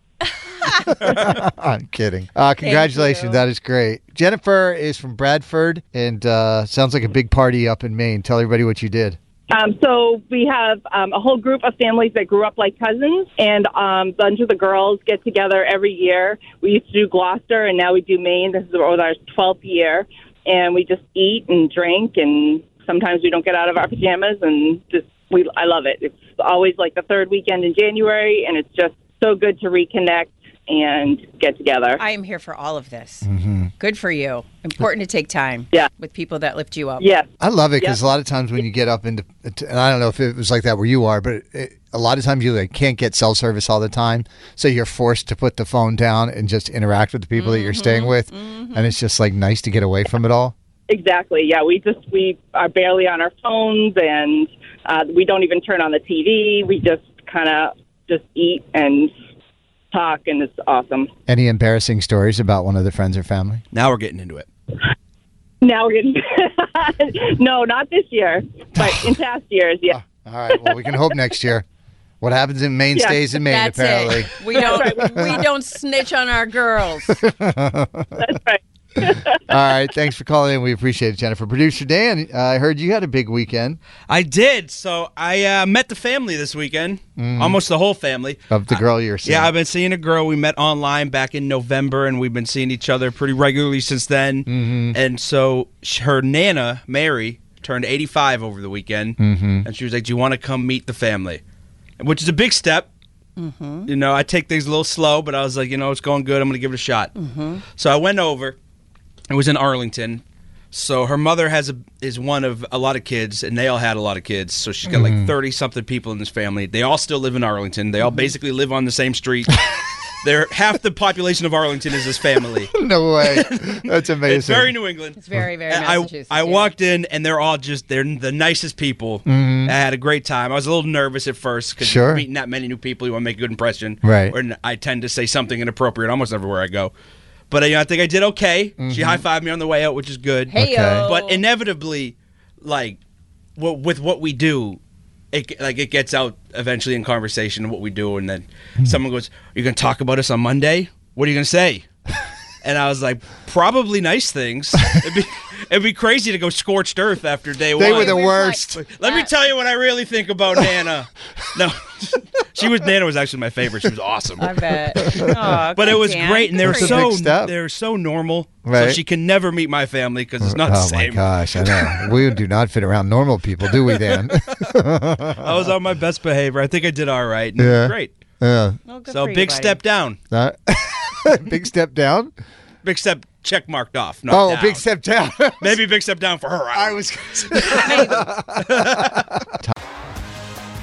I'm kidding. Uh, congratulations. That is great. Jennifer is from Bradford and uh, sounds like a big party up in Maine. Tell everybody what you did. Um, so we have um, a whole group of families that grew up like cousins, and um, a bunch of the girls get together every year. We used to do Gloucester, and now we do Maine. This is our 12th year, and we just eat and drink, and sometimes we don't get out of our pajamas, and just we I love it. It's always like the third weekend in January, and it's just so good to reconnect and get together. I am here for all of this. Mm-hmm. Good for you. Important to take time with people that lift you up. I love it because a lot of times when you get up into, and I don't know if it was like that where you are, but it, a lot of times you like can't get cell service all the time, so you're forced to put the phone down and just interact with the people that you're Mm-hmm. staying with, and it's just like nice to get away from it all. Exactly. Yeah, we just we are barely on our phones, and uh, we don't even turn on the TV. We just kind of just eat and talk, and it's awesome. Any embarrassing stories about one of the friends or family? Now we're getting into it. Now we're getting (laughs) no, not this year, but in past years, yeah. Ah, All right. Well, we can hope next year. What happens in Maine Yeah. stays in Maine, That's it. apparently. (laughs) We don't we don't snitch on our girls. (laughs) All right. Thanks for calling in. We appreciate it, Jennifer. Producer Dan, uh, I heard you had a big weekend I did. So I uh, met the family this weekend. Mhm. Almost the whole family. of the girl you're seeing. Yeah, I've been seeing a girl we met online back in November, and we've been seeing each other pretty regularly since then. Mhm. And so sh- her nana, Mary, turned 85 over the weekend, Mhm. and she was like, "Do you want to come meet the family?" Which is a big step. Mm-hmm. You know, I take things a little slow, but I was like, you know, it's going good. I'm going to give it a shot. Mm-hmm. So I went over. It was in Arlington. So her mother has a is one of a lot of kids, and they all had a lot of kids. So she's got Mhm. Mm-hmm. like thirty something people in this family. They all still live in Arlington. They all basically live on the same (laughs) street. They're half the population of Arlington is this family. (laughs) no (laughs) way. That's amazing. It's very New England. It's very very And I- Massachusetts. I, yeah. walked in and they're all just they're the nicest people. Mhm. I had a great time. I was a little nervous at first because Sure. you're meeting that many new people. You want to make a good impression, Right. And I tend to say something inappropriate almost everywhere I go. But uh, you know, I think I did okay. She Mm-hmm. Mhm. high fived me on the way out, which is good. Hey-o. Okay. But inevitably, like w- with what we do, it like it gets out eventually in conversation what we do, and then Mm-hmm. someone goes, "You're gonna talk about us on Monday? What are you gonna (laughs) say?" And I was like, probably nice things. It'd be, it'd be crazy to go scorched earth after day one. They were the worst. (laughs) Let me tell you what I really think about (laughs) Nana. No, (laughs) she was Nana was actually my favorite. She was awesome. (laughs) I bet. Aw, but it good was Dan. great, and they were Good so for you. they were so normal. Right. So she can never meet my family because it's not oh the same. my gosh, I know. we do not fit around normal people, do we, Dan? (laughs) I was on my best behavior. I think I did all right. and (laughs) it was yeah. Great. Yeah. so for you, big buddy. step down. Uh, (laughs) big step down. Big step check marked off. not oh, down. big step down. Maybe big step down for her. I, was. (laughs) (laughs)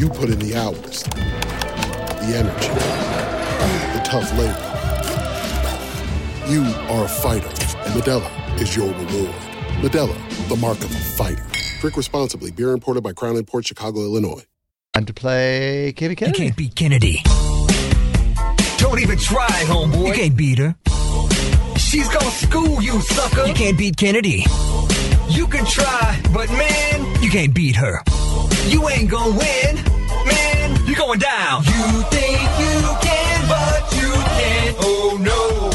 You put in the hours, the energy, the tough labor. You are a fighter, and Medella is your reward. Medella, the mark of a fighter. Drink responsibly, beer imported by Crown Port Chicago, Illinois. Time to play Katie Kennedy. You can't beat Kennedy. Don't even try, homeboy. You can't beat her. She's gonna school you, sucker. You can't beat Kennedy. You can try, but man, you can't beat her. You ain't gonna win, man. You're going down. You think you can, but you can't. Oh no.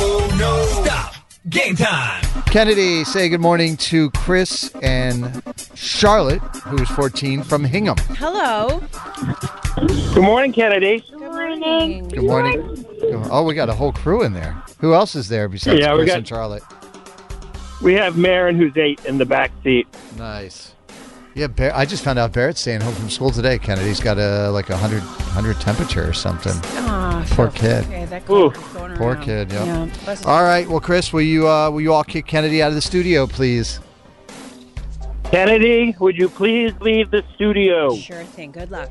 Oh no. Stop. Game time. Kennedy, say good morning to Chris and Charlotte, who is 14 from Hingham. Hello. Good morning, Kennedy. Good morning. Good morning. Oh, we got a whole crew in there. Who else is there besides Yeah, we Chris got- and Charlotte? We have Marin, who's eight, in the back seat. Nice. Yeah, Bar- I just found out Barrett's staying home from school today. Kennedy's got a like a 100, 100 temperature or something. Aw, Poor so- kid. okay, that cold is going Poor around. kid. Yep. Yeah, bless him. All right. Well, Chris, will you uh, will you all kick Kennedy out of the studio, please? Kennedy, would you please leave the studio? Sure thing. Good luck.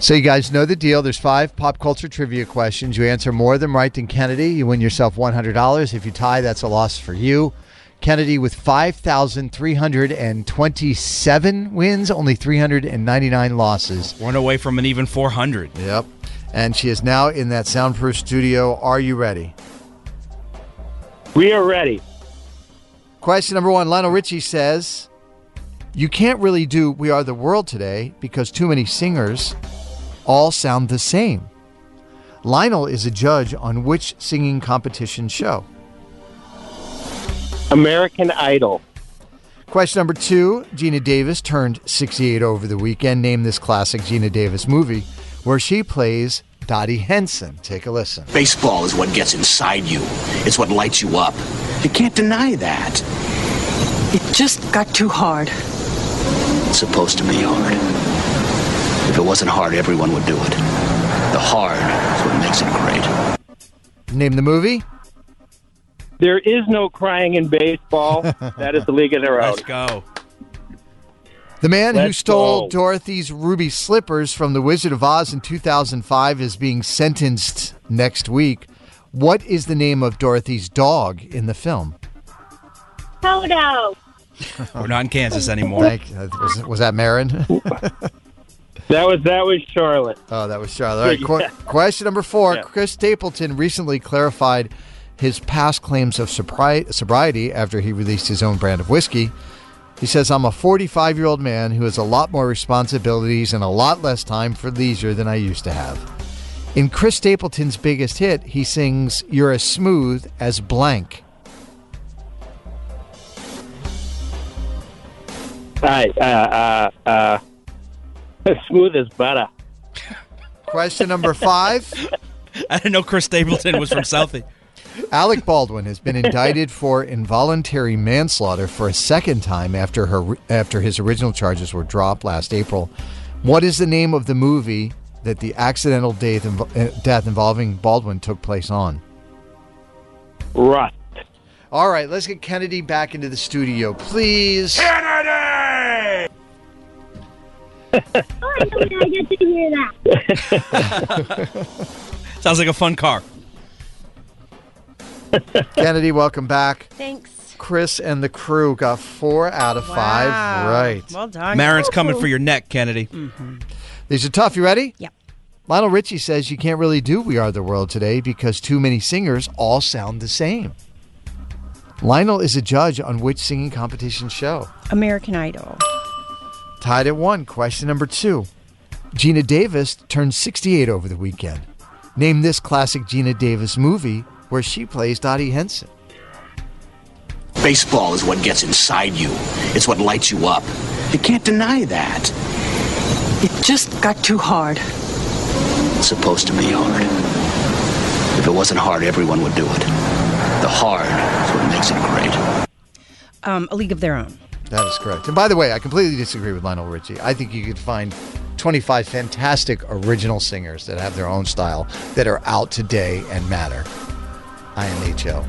So you guys know the deal. There's five pop culture trivia questions. You answer more of them right than Kennedy. You win yourself $100. If you tie, that's a loss for you. Kennedy with 5,327 wins, only 399 losses. One away from an even 400. Yep. And she is now in that soundproof studio. Are you ready? We are ready. Question number one Lionel Richie says, You can't really do We Are the World today because too many singers all sound the same. Lionel is a judge on which singing competition show? American Idol. Question number two Gina Davis turned 68 over the weekend. Name this classic Gina Davis movie where she plays Dottie Henson. Take a listen. Baseball is what gets inside you. It's what lights you up. You can't deny that. It just got too hard. It's supposed to be hard. If it wasn't hard, everyone would do it. The hard is what makes it great. Name the movie? There is no crying in (laughs) baseball. that is the league of their own. Let's go. The man who Let's stole go. Dorothy's ruby slippers from The Wizard of Oz in 2005 is being sentenced next week. What is the name of Dorothy's dog in the film? Toto. (laughs) We're not in Kansas anymore. Thank you. Was, was that Marin? (laughs) That was that was Charlotte. Oh, that was Charlotte. All right, (laughs) qu- question number four. Chris Stapleton recently clarified his past claims of sobri- sobriety after he released his own brand of whiskey. He says, I'm a 45 year old man who has a lot more responsibilities and a lot less time for leisure than I used to have. In Chris Stapleton's biggest hit, he sings, You're as smooth as blank. Hi, uh, uh, uh, smooth as butter. Question number five. (laughs) I didn't know Chris Stapleton was from Southie. Alec (laughs) Baldwin has been indicted for involuntary manslaughter for a second time after her after his original charges were dropped last April. What is the name of the movie that the accidental death, inv- uh, death involving Baldwin took place on? Rust. All right, let's get Kennedy back into the studio, (laughs) please. Kennedy! I get to hear that. (laughs) (laughs) Sounds like a fun car. Kennedy, welcome back. Thanks. Chris and the crew got four out of five Wow. right. Well done. Marin's coming for your neck, Kennedy. Mm-hmm. These are tough. You ready? Yep. Lionel Richie says you can't really do We Are the World today because too many singers all sound the same. Lionel is a judge on which singing competition show? American Idol. Tied at one. Question number two. Gina Davis turned 68 over the weekend. Name this classic Gina Davis movie where she plays Dottie Henson. Baseball is what gets inside you. It's what lights you up. You can't deny that. It just got too hard. It's supposed to be hard. If it wasn't hard, everyone would do it. The hard is what makes it great. Um, a League of Their Own. That is correct. And by the way, I completely disagree with Lionel Richie. I think you could find 25 fantastic original singers that have their own style that are out today and matter. IMHO.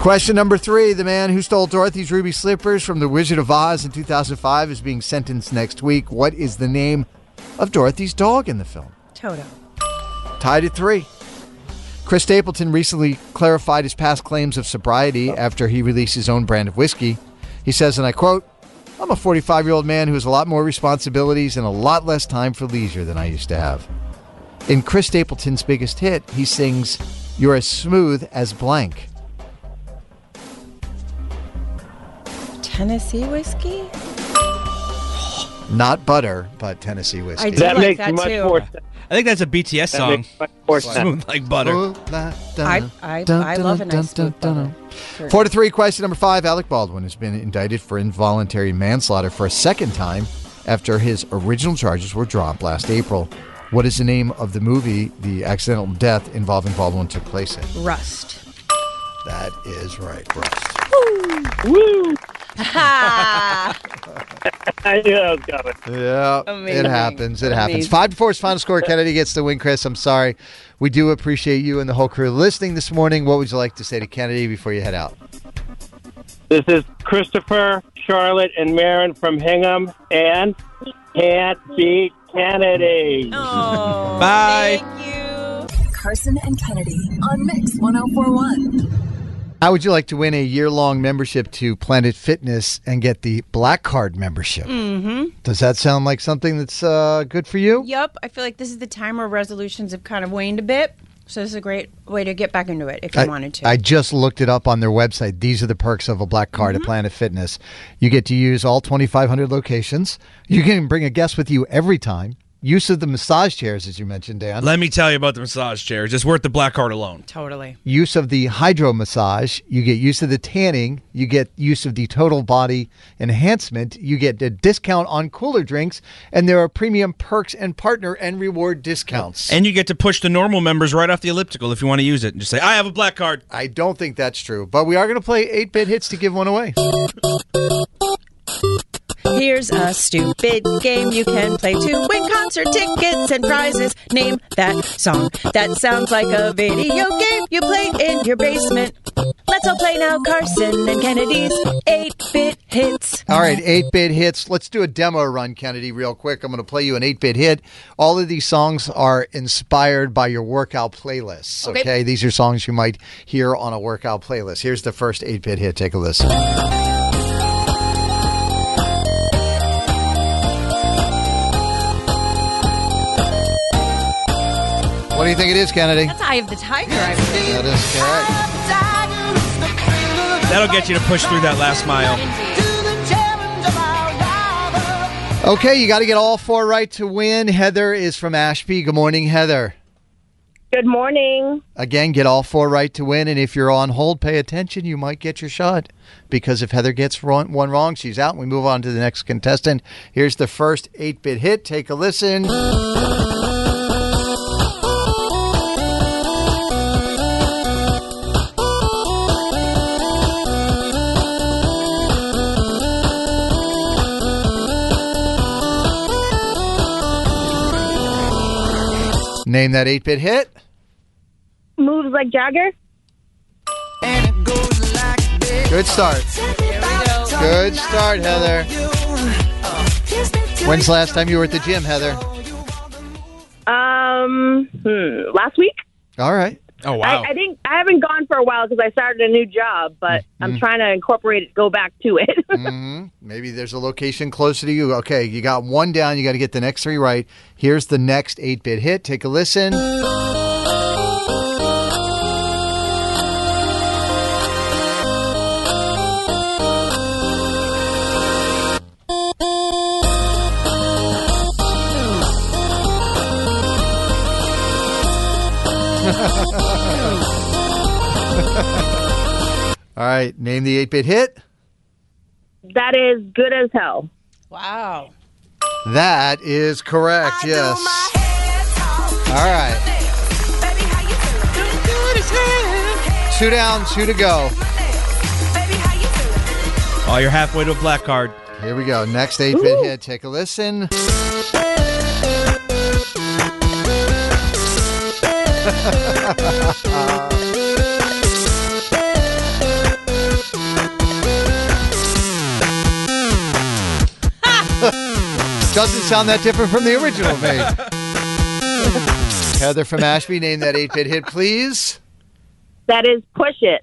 Question number three The man who stole Dorothy's ruby slippers from The Wizard of Oz in 2005 is being sentenced next week. What is the name of Dorothy's dog in the film? Toto. Tied at three. Chris Stapleton recently clarified his past claims of sobriety after he released his own brand of whiskey. He says, and I quote, I'm a 45 year old man who has a lot more responsibilities and a lot less time for leisure than I used to have. In Chris Stapleton's biggest hit, he sings, You're as smooth as blank. Tennessee whiskey? Not butter, but Tennessee whiskey. I do That like makes that much too. more sense. I think that's a BTS That song. makes much more Smooth sense. like butter. Ooh, la, da, I- I- dun, I dun, love a dun, nice dun, smooth dun, butter. dun. Four to three. Question number five. Alec Baldwin has been indicted for involuntary manslaughter for a second time after his original charges were dropped last April. What is the name of the movie the accidental death involving Baldwin took place in? Rust. That is right, (laughs) Rust. Woo! I knew that was coming. Yeah, Amazing. it happens. It happens. Amazing. Five to four is final score. Kennedy gets the win. Chris, I'm sorry. We do appreciate you and the whole crew listening this morning. What would you like to say to Kennedy before you head out? This is Christopher, Charlotte, and Marin from Hingham, and can't beat Kennedy. Oh, Oh. Bye. Carson and Kennedy on Mix 1041. How would you like to win a year long membership to Planet Fitness and get the Black Card membership? Mm-hmm. Does that sound like something that's uh, good for you? Yep. I feel like this is the time where resolutions have kind of waned a bit. So this is a great way to get back into it if you I, wanted to. I just looked it up on their website. These are the perks of a black card Mm-hmm. at Planet Fitness. You get to use all 2,500 locations. You can bring a guest with you every time. Use of the massage chairs, as you mentioned, Dan. Let me tell you about the massage chairs. It's worth the black card alone. Totally. use of the hydro massage. You get use of the tanning. You get use of the total body enhancement. You get a discount on cooler drinks. And there are premium perks and partner and reward discounts. And you get to push the normal members right off the elliptical if you want to use it and just say, I have a black card. I don't think that's true, but Uh, we are going to play 8 bit hits to give one away. Here's a stupid game you can play to win concert tickets and prizes. Name that song. That sounds like a video game you play in your basement. Let's all play now Carson and Kennedy's 8 bit hits. All right, 8 bit hits. Let's do a demo run, Kennedy, real quick. I'm going to play you an 8 bit hit. All of these songs are inspired by your workout playlists. Okay. Okay. These are songs you might hear on a workout playlist. Here's the first 8 bit hit. Take a listen. What do you think it is, Kennedy? That's Eye of the Tiger, I That believe. is correct. That'll get you to push through that last mile. Okay, you got to get all four right to win. Heather is from Ashby. Good morning, Heather. Good morning. Again, get all four right to win, and if you're on hold, pay attention. You might get your shot because if Heather gets wrong, one wrong, she's out. And we move on to the next contestant. Here's the first eight-bit hit. Take a listen. Name that eight-bit hit. Moves like Jagger. Good start. Good start, Heather. When's the last time you were at the gym, Heather? Um, hmm, last week. All right. Oh I, I think I haven't gone for a while because I started a new job, but I'm Mhm. trying to incorporate it, go back to it. (laughs) Mhm. Maybe there's a location closer to you. Okay, you got one down. You got to get the next three right. Here's the next 8 bit hit. Take a listen. (laughs) All right, name the 8 bit hit. That is good as hell. Wow. That is correct, yes. All right, two down, two to go. Oh, you're halfway to a black card. Here we go. Next 8 bit hit. Take a listen. Doesn't sound that different from the original, mate. Heather from Ashby, name that 8 bit hit, please. That is push it.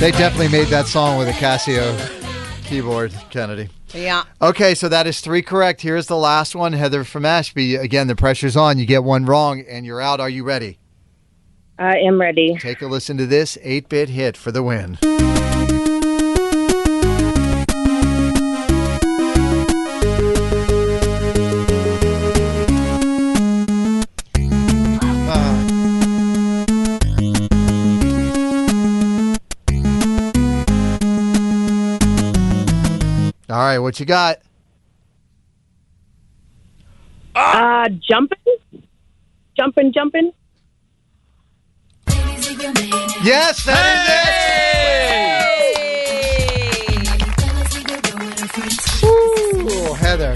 They definitely made that song with a Casio keyboard, Kennedy. Yeah. Okay, so that is three correct. Here's the last one, Heather from Ashby. Again, the pressure's on. You get one wrong and you're out. Are you ready? I am ready. Take a listen to this 8 bit hit for the win. All right, what you got? Uh, jumping, jumping, jumping. Yes, that Ooh, Heather.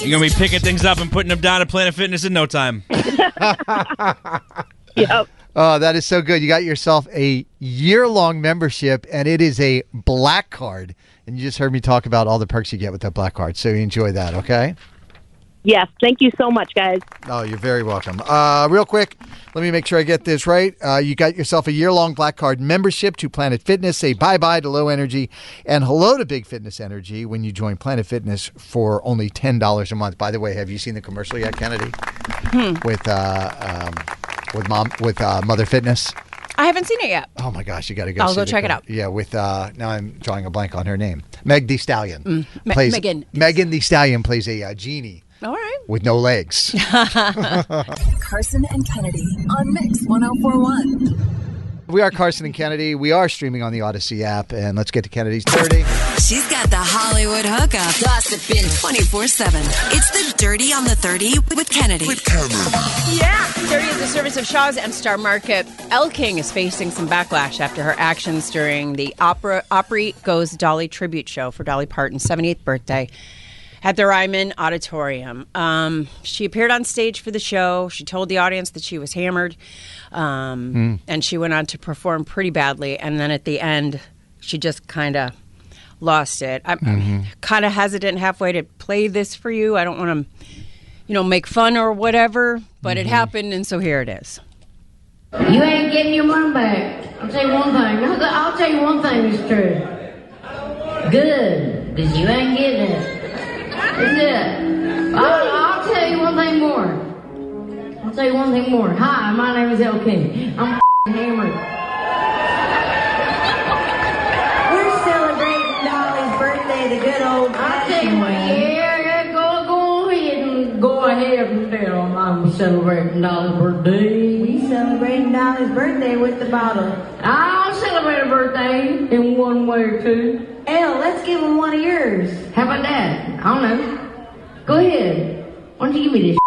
You're gonna be picking things up and putting them down at Planet Fitness in no time. (laughs) Yep. Oh, that is so good. You got yourself a year long membership, and it is a black card. And you just heard me talk about all the perks you get with that black card. So you enjoy that, okay? Yes, thank you so much, guys. Oh, you're very welcome. Uh, real quick, let me make sure I get this right. Uh, you got yourself a year long Black Card membership to Planet Fitness. Say bye bye to low energy and hello to big fitness energy when you join Planet Fitness for only $10 a month. By the way, have you seen the commercial yet, Kennedy? Hmm. With, uh, um, with, mom, with uh, Mother Fitness? I haven't seen it yet. Oh my gosh, you got to go. I'll see go the check it co- out. Yeah, with uh, now I'm drawing a blank on her name. Meg the Stallion Mm, Me- plays Megan. Megan the Stallion plays a uh, genie All right. with no (laughs) legs. Carson and Kennedy on Mix 1041. We are Carson and Kennedy. We are streaming on the Odyssey app, and let's get to Kennedy's dirty. She's got the Hollywood hookup, gossiping 24 7. It's the Dirty on the 30 with Kennedy. With Kennedy. Yeah. Dirty is the service of Shaw's M Star Market. Elle King is facing some backlash after her actions during the opera Opry Goes Dolly tribute show for Dolly Parton's 78th birthday at the Ryman Auditorium. Um, she appeared on stage for the show. She told the audience that she was hammered, um, Mm. and she went on to perform pretty badly. And then at the end, she just kind of lost it. I'm Mm-hmm. kind of hesitant halfway to play this for you. I don't want to, you know, make fun or whatever, but Mm-hmm. it happened, and so here it is. You ain't getting your money back. I'll tell you one thing. No, th- I'll tell you one thing is true. Good, because you ain't getting it. That's it. I'll, I'll tell you one thing more. I'll tell you one thing more. Hi, my name is LK. I'm hammered. We're celebrating Dolly's birthday the good old I'll tell you fashioned what, way. yeah, yeah, go, go ahead and go ahead and tell 'em I'm celebrating Dolly's birthday. We celebrating Dolly's birthday with the bottle. I'll celebrate a birthday in one way or two. Elle, let's give him one of yours. How about that? I don't know. Go ahead. Why don't you give me this?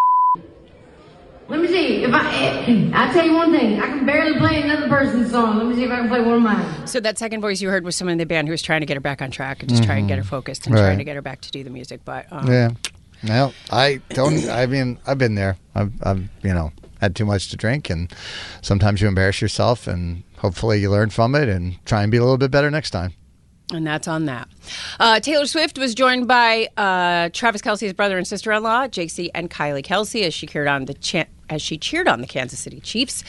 Let me see if I. I tell you one thing. I can barely play another person's song. Let me see if I can play one of mine. So that second voice you heard was someone in the band who was trying to get her back on track and just trying to get her focused and Mm-hmm. Right. trying to get her back to do the music. But um, yeah. Well, I don't. I mean, I've been there. I've, I've, you know, had too much to drink, and sometimes you embarrass yourself, and hopefully you learn from it and try and be a little bit better next time. And that's on that. Uh, Taylor Swift was joined by uh, Travis Kelsey's brother and sister-in-law, JC and Kylie Kelsey, as she cheered on the cha- as she cheered on the Kansas City Chiefs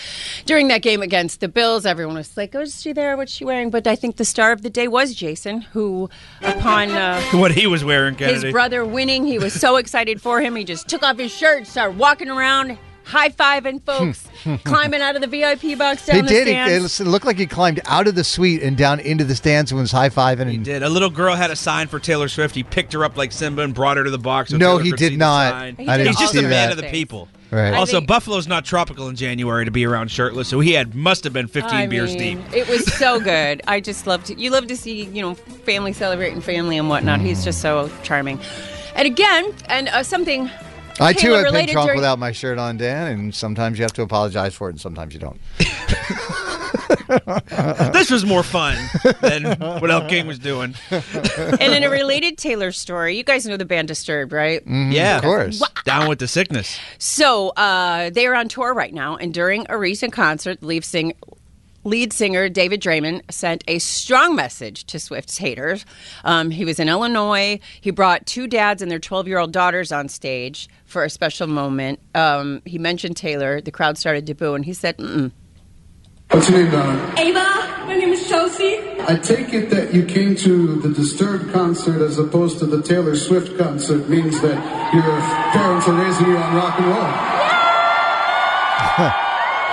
during that game against the Bills. Everyone was like, "Oh, is she there? What's she wearing?" But I think the star of the day was Jason, who, upon uh, what he was wearing, Kennedy. his brother winning, he was so excited for him, he just took off his shirt, started walking around. high fiving (laughs) folks, climbing out of the VIP box down Hmm. He the did. He, stands. it looked like he climbed out of the suite and down into the stands and was high fiving. He did. A little girl had a sign for Taylor Swift. He picked her up like Simba and brought her to the box. so No, Taylor he could did see the not. sign. He I did He's all just a those man of things. the people. Right. I Also, think- Buffalo's not tropical in January to be around shirtless, so he had must have been 15 I beers mean, deep. It was (laughs) so good. I just loved it. You love to see, you know, family celebrating family and whatnot. Mm. He's just so charming. And again, and uh, something. I too Kayla have been related drunk during- without my shirt on, Dan, and sometimes you have to apologize for it, and sometimes you don't. (laughs) this was more fun than what El King (laughs) was doing. (laughs) and in a related Taylor story, you guys know the band Disturbed, right? Mm-hmm, yeah, of course. Wha- Down with the sickness. So uh, they are on tour right now, and during a recent concert, lead, sing- lead singer David Draymond sent a strong message to Swift's haters. Um, he was in Illinois. He brought two dads and their 12 year old daughters on stage for a special moment. Um, he mentioned Taylor. The crowd started to boo, and he said, Mm-mm. What's your name, Donna? Ava, Uh, my name is Chelsea. I take it that you came to the Disturbed concert as opposed to the Taylor Swift concert means that your parents are raising you on rock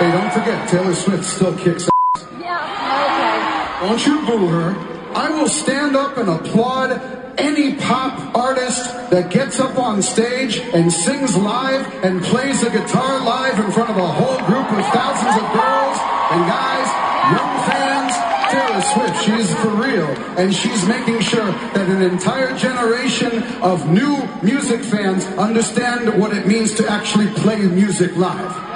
and roll. hey, don't forget, Taylor Swift still kicks ass. Yeah, okay. Don't you boo her. I will stand up and applaud any pop artist that gets up on stage and sings live and plays the guitar live in front of a whole group of thousands of girls and guys, young fans. Taylor Swift, she's for real, and she's making sure that an entire generation of new music fans understand what it means to actually play music live.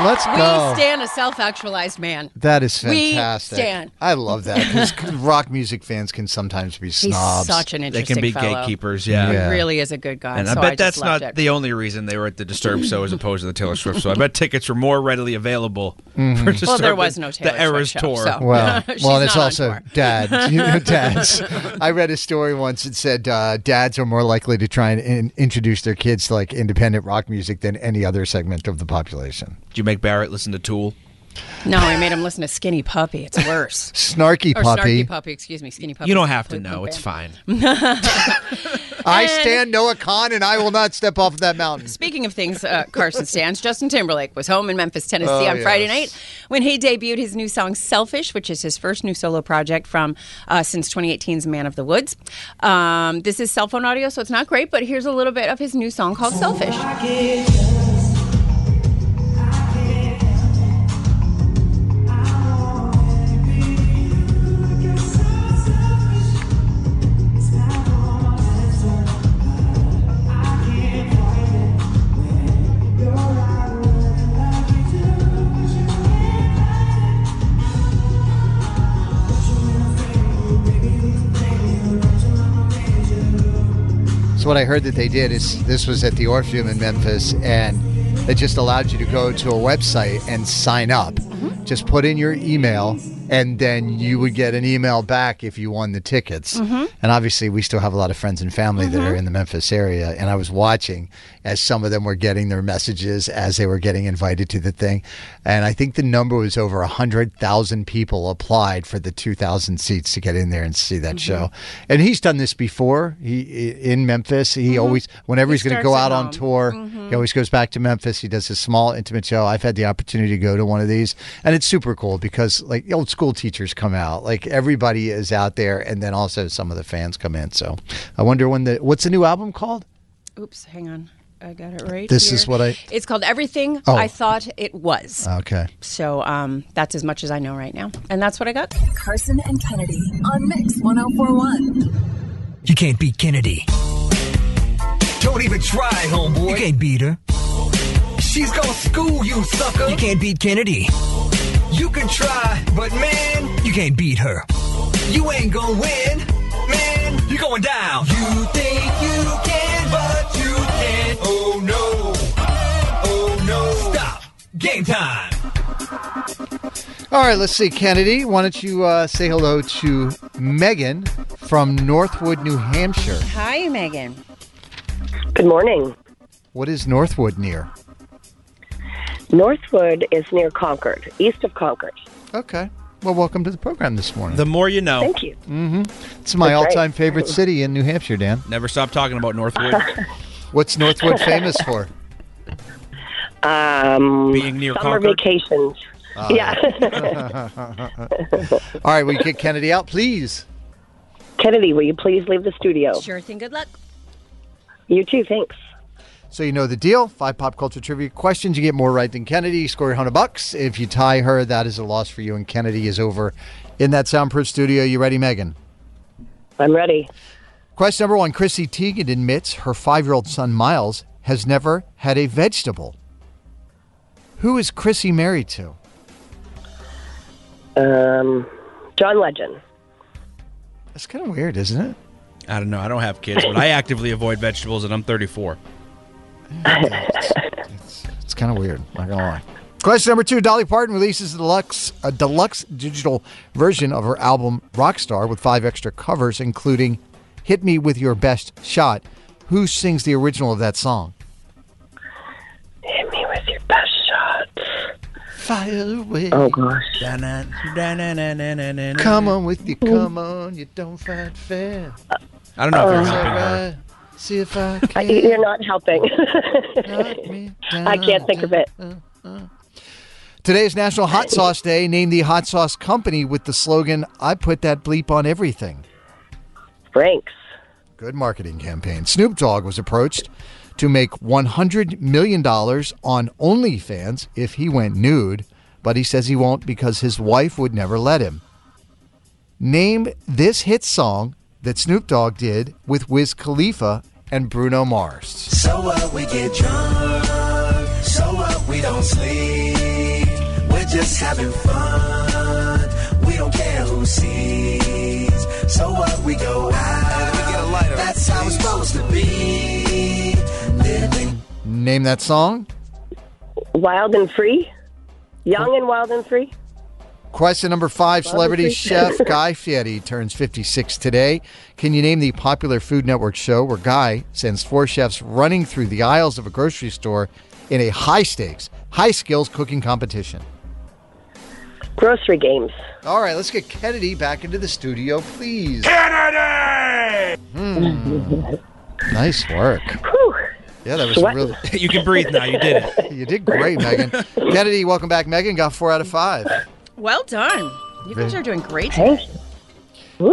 Let's We go. stand a self actualized man. Oh. That is We fantastic. stand. I love that because (laughs) rock music fans can sometimes be snobs. such an They can interesting be fellow. gatekeepers, yeah. He really is a good guy. And so I bet just that's loved not it. the only reason they were at the (laughs) Disturbed show as opposed to the Taylor Swift show. I bet tickets were more readily available Mhm. for Well, Disturbed there was than no Taylor the Eras Swift show, tour. (laughs) so. Well, She's well, and it's not on also (laughs) tour. dads. You (laughs) know, (laughs) dads. I read a story once that said uh, dads are more likely to try and in- introduce their kids to like independent rock music than any other segment of the population. Did you make Barrett listen to Tool? No, I made him listen to Skinny Puppy. It's worse. (laughs) Snarky Or Puppy. Snarky Puppy, excuse me. Skinny Puppy. You don't have to Poop know. Poop It's fine. Band. I And- stand Noah Khan, and I will not step off of that mountain. Speaking of things uh, Carson stands, Justin Timberlake was home in Memphis, Tennessee Oh, on Friday yes. night when he debuted his new song "Selfish," which is his first new solo project from uh, since 2018's "Man of the Woods." Um, this is cell phone audio, so it's not great, but here's a little bit of his new song called "Selfish." So what I heard that they did is this was at the Orpheum in Memphis, and they just allowed you to go to a website and sign up. Just put in your email, and then you would get an email back if you won the tickets. Mhm. And obviously, we still have a lot of friends and family that are in the Memphis area, and I was watching as some of them were getting their messages as they were getting invited to the thing, and I think the number was over hundred thousand people applied for the two thousand seats to get in there and see that Mhm. show. And he's done this before. He in Memphis. He always, whenever Mm-hmm. He he's going to starts go at out on home. Mm-hmm. tour, he always goes back to Memphis. He does a small, intimate show. I've had the opportunity to go to one of these, and it's super cool because like old school teachers come out. Like everybody is out there, and then also some of the fans come in. So I wonder when the what's the new album called? Oops, hang on, I got it right. This is here. what I- It's called "Everything Oh. I Thought It Was." Okay. So um, that's as much as I know right now, and that's what I got. Carson and Kennedy on Mix 1041. You can't beat Kennedy. Don't even try, homeboy. You can't beat her. She's gonna school you, sucker. You can't beat Kennedy. You can try, but man, you can't beat her. You ain't gonna win, man. You're going down. You think you can, but you can't. Oh no. Oh no. Stop. Game time. All right, let's see, Kennedy. Why don't you uh, say hello to Megan from Northwood, New Hampshire? Hi, Megan. Good morning. What is Northwood near? Northwood is near Concord, east of Concord. Okay. Well, welcome to the program this morning. The more you know. Thank you. hmm It's my That's right. all-time favorite city in New Hampshire, Dan. (laughs) Never stop talking about Northwood. (laughs) What's Northwood famous for? Um, Being near summer Concord? vacations. Ah. yeah. All right, will you get Kennedy out, please? Kennedy, will you please leave the studio? Sure thing. Good luck. You too. Thanks. So you know the deal. Five pop culture trivia questions. You get more right than Kennedy. You score a hundred bucks. If you tie her, that is a loss for you, and Kennedy is over in that soundproof studio. You ready, Megan? I'm ready. Question number one: Chrissy Teigen admits her five-year-old son Miles has never had a vegetable. Who is Chrissy married to? (laughs) Um, John Legend. That's kind of weird, isn't it? I don't know. I don't have kids, but I actively avoid vegetables, and I'm 34. It's kind of weird. Not gonna lie. Question number two: Dolly Parton releases a deluxe a deluxe digital version of her album Rockstar with five extra covers, including "Hit Me with Your Best Shot." Who sings the original of that song? Hit me with your best shot. Fire away. Oh gosh. Come on with you, come on, you don't fight fair. I don't know if you're Oh. Uh, helping her. See (laughs) if I can. You're not helping. (laughs) I can't think of it. Uh, Today is National Hot Sauce Day. Name the hot sauce company with the slogan "I put that bleep on everything." Franks. Good (laughs) marketing campaign. Snoop Dogg was approached to make $100 million on OnlyFans if he went nude, but he says he won't because his wife would never let him. Name this hit song that Snoop Dogg did with Wiz Khalifa and Bruno Mars. So what we get drunk, so what we don't sleep. We're just having fun. We don't care who sees. So what we go out, we get a lighter. That's how it's supposed to be. Living Name that song. Wild and free. Young and wild and free. Question number five Well, Celebrity we- chef (laughs) Guy Fieri turns 56 today. Can you name the popular Food Network show where Guy sends four chefs running through the aisles of a grocery store in a high stakes, high skills cooking competition? Grocery games. All right, let's get Kennedy back into the studio, please. Kennedy! (laughs) Nice work. Yeah, that was Sweat. really. (laughs) You can breathe now. You did (laughs) it. You did great, (laughs) Megan. Kennedy, welcome back. Megan got four out of five. Well done. You guys are doing great.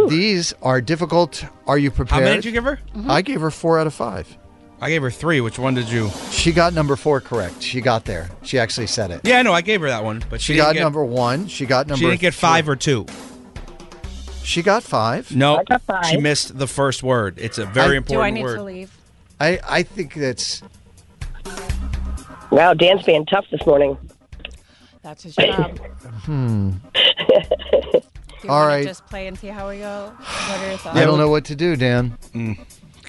These are difficult. Are you prepared? many did you give her? Mm-hmm. I gave her four out of five. I gave her three. Which one did you? She got number four correct. She got there. She actually said it. Yeah, I know. I gave her that one, but She, she, got didn't get, number one. She got number. She didn't get five or two. She got five. No, five. she missed the first word. It's a very I- important Do I need word. to leave? I I think that's Wow, Dan's being tough this morning. (laughs) That's his (laughs) job. hmm. Do you All wanna right. Just play and see how we go. What are your (sighs) thoughts? I don't know what to do, Dan. Mm.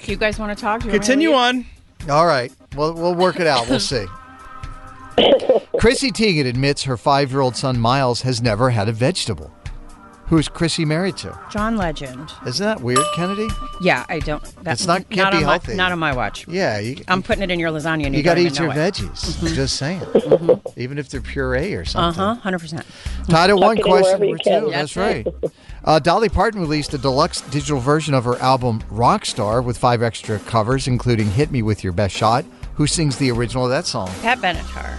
Do you guys want to talk? Do you want me to Continue leave? on. All right. Well, we'll work it out. We'll see. Chrissy Teigen admits her five-year-old son Miles has never had a vegetable. Who is Chrissy married to? John Legend. Isn't that weird, Kennedy? Yeah, I don't. That's It's not- can't be on healthy. My, not on my watch. Yeah, you, I'm putting it in your lasagna. And you you got to don't eat even your know it. Mm-hmm. veggies. Just saying. Even if they're puree or Uh something. huh. Hundred percent. Tied at Tuck one it in question wherever you number can. two. That's, That's right. (laughs) it. Uh, Dolly Parton released a deluxe digital version of her album Rockstar with five extra covers, including Hit Me With Your Best Shot. Who sings the original of that song? Pat Benatar.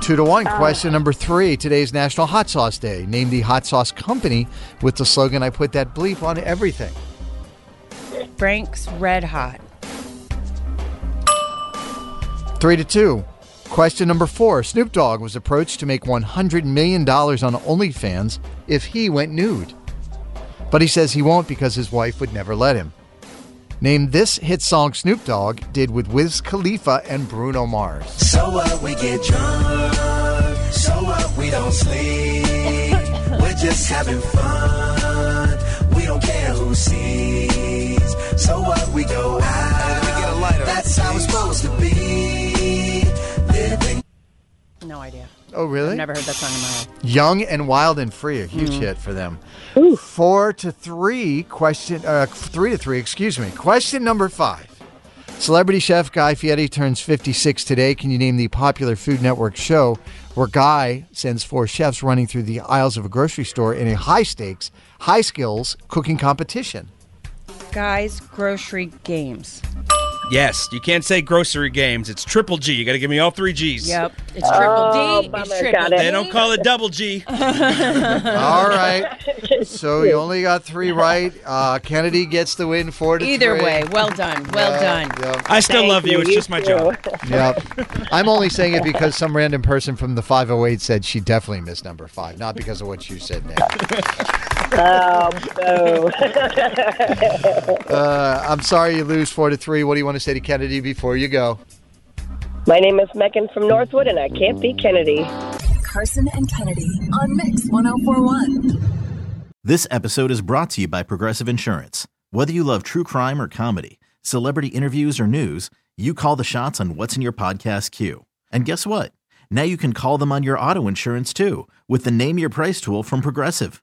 Two to Oh. one. Question number three. Today's National Hot Sauce Day. Name the hot sauce company with the slogan I put that bleep on everything. Frank's Red Hot. Three to two. Question number four. Snoop Dogg was approached to make $100 million on OnlyFans if he went nude. But he says he won't because his wife would never let him. Name this hit song Snoop Dogg did with Wiz Khalifa and Bruno Mars. So what we get drunk, so what we don't sleep. We're just having fun. We don't care who sees. So what we go out, we get a lighter. That's how it's supposed to be. Living No idea. Oh, really? I've never heard that song in my life. Young and Wild and Free, a huge Mm. hit for them. Four to three, question, uh, three to three, excuse me. Question number five. Celebrity chef Guy Fieri turns 56 today. Can you name the popular Food Network show where Guy sends four chefs running through the aisles of a grocery store in a high stakes, high skills cooking competition? Guys, grocery games. Yes, you can't say grocery games. It's triple G. You got to give me all three G's. Yep, it's triple Oh, D. bummer, It's triple got D. it. They don't call it (laughs) double G. All right. So you only got three right. Uh, Kennedy gets the win four to Either three. way, well done, well Yeah, done. yeah. I still Thank love you. you. It's You just my too. (laughs) job. Yep. I'm only saying it because some random person from the 508 said she definitely missed number five, not because of what you said, Nick. Oh, no. (laughs) (laughs) Uh, I'm sorry you lose four to three. What do you want to say to Kennedy before you go? My name is Megan from Northwood, and I can't beat Kennedy. Carson and Kennedy on Mix 1041. This episode is brought to you by Progressive Insurance. Whether you love true crime or comedy, celebrity interviews or news, you call the shots on what's in your podcast queue. And guess what? Now you can call them on your auto insurance too with the Name Your Price tool from Progressive.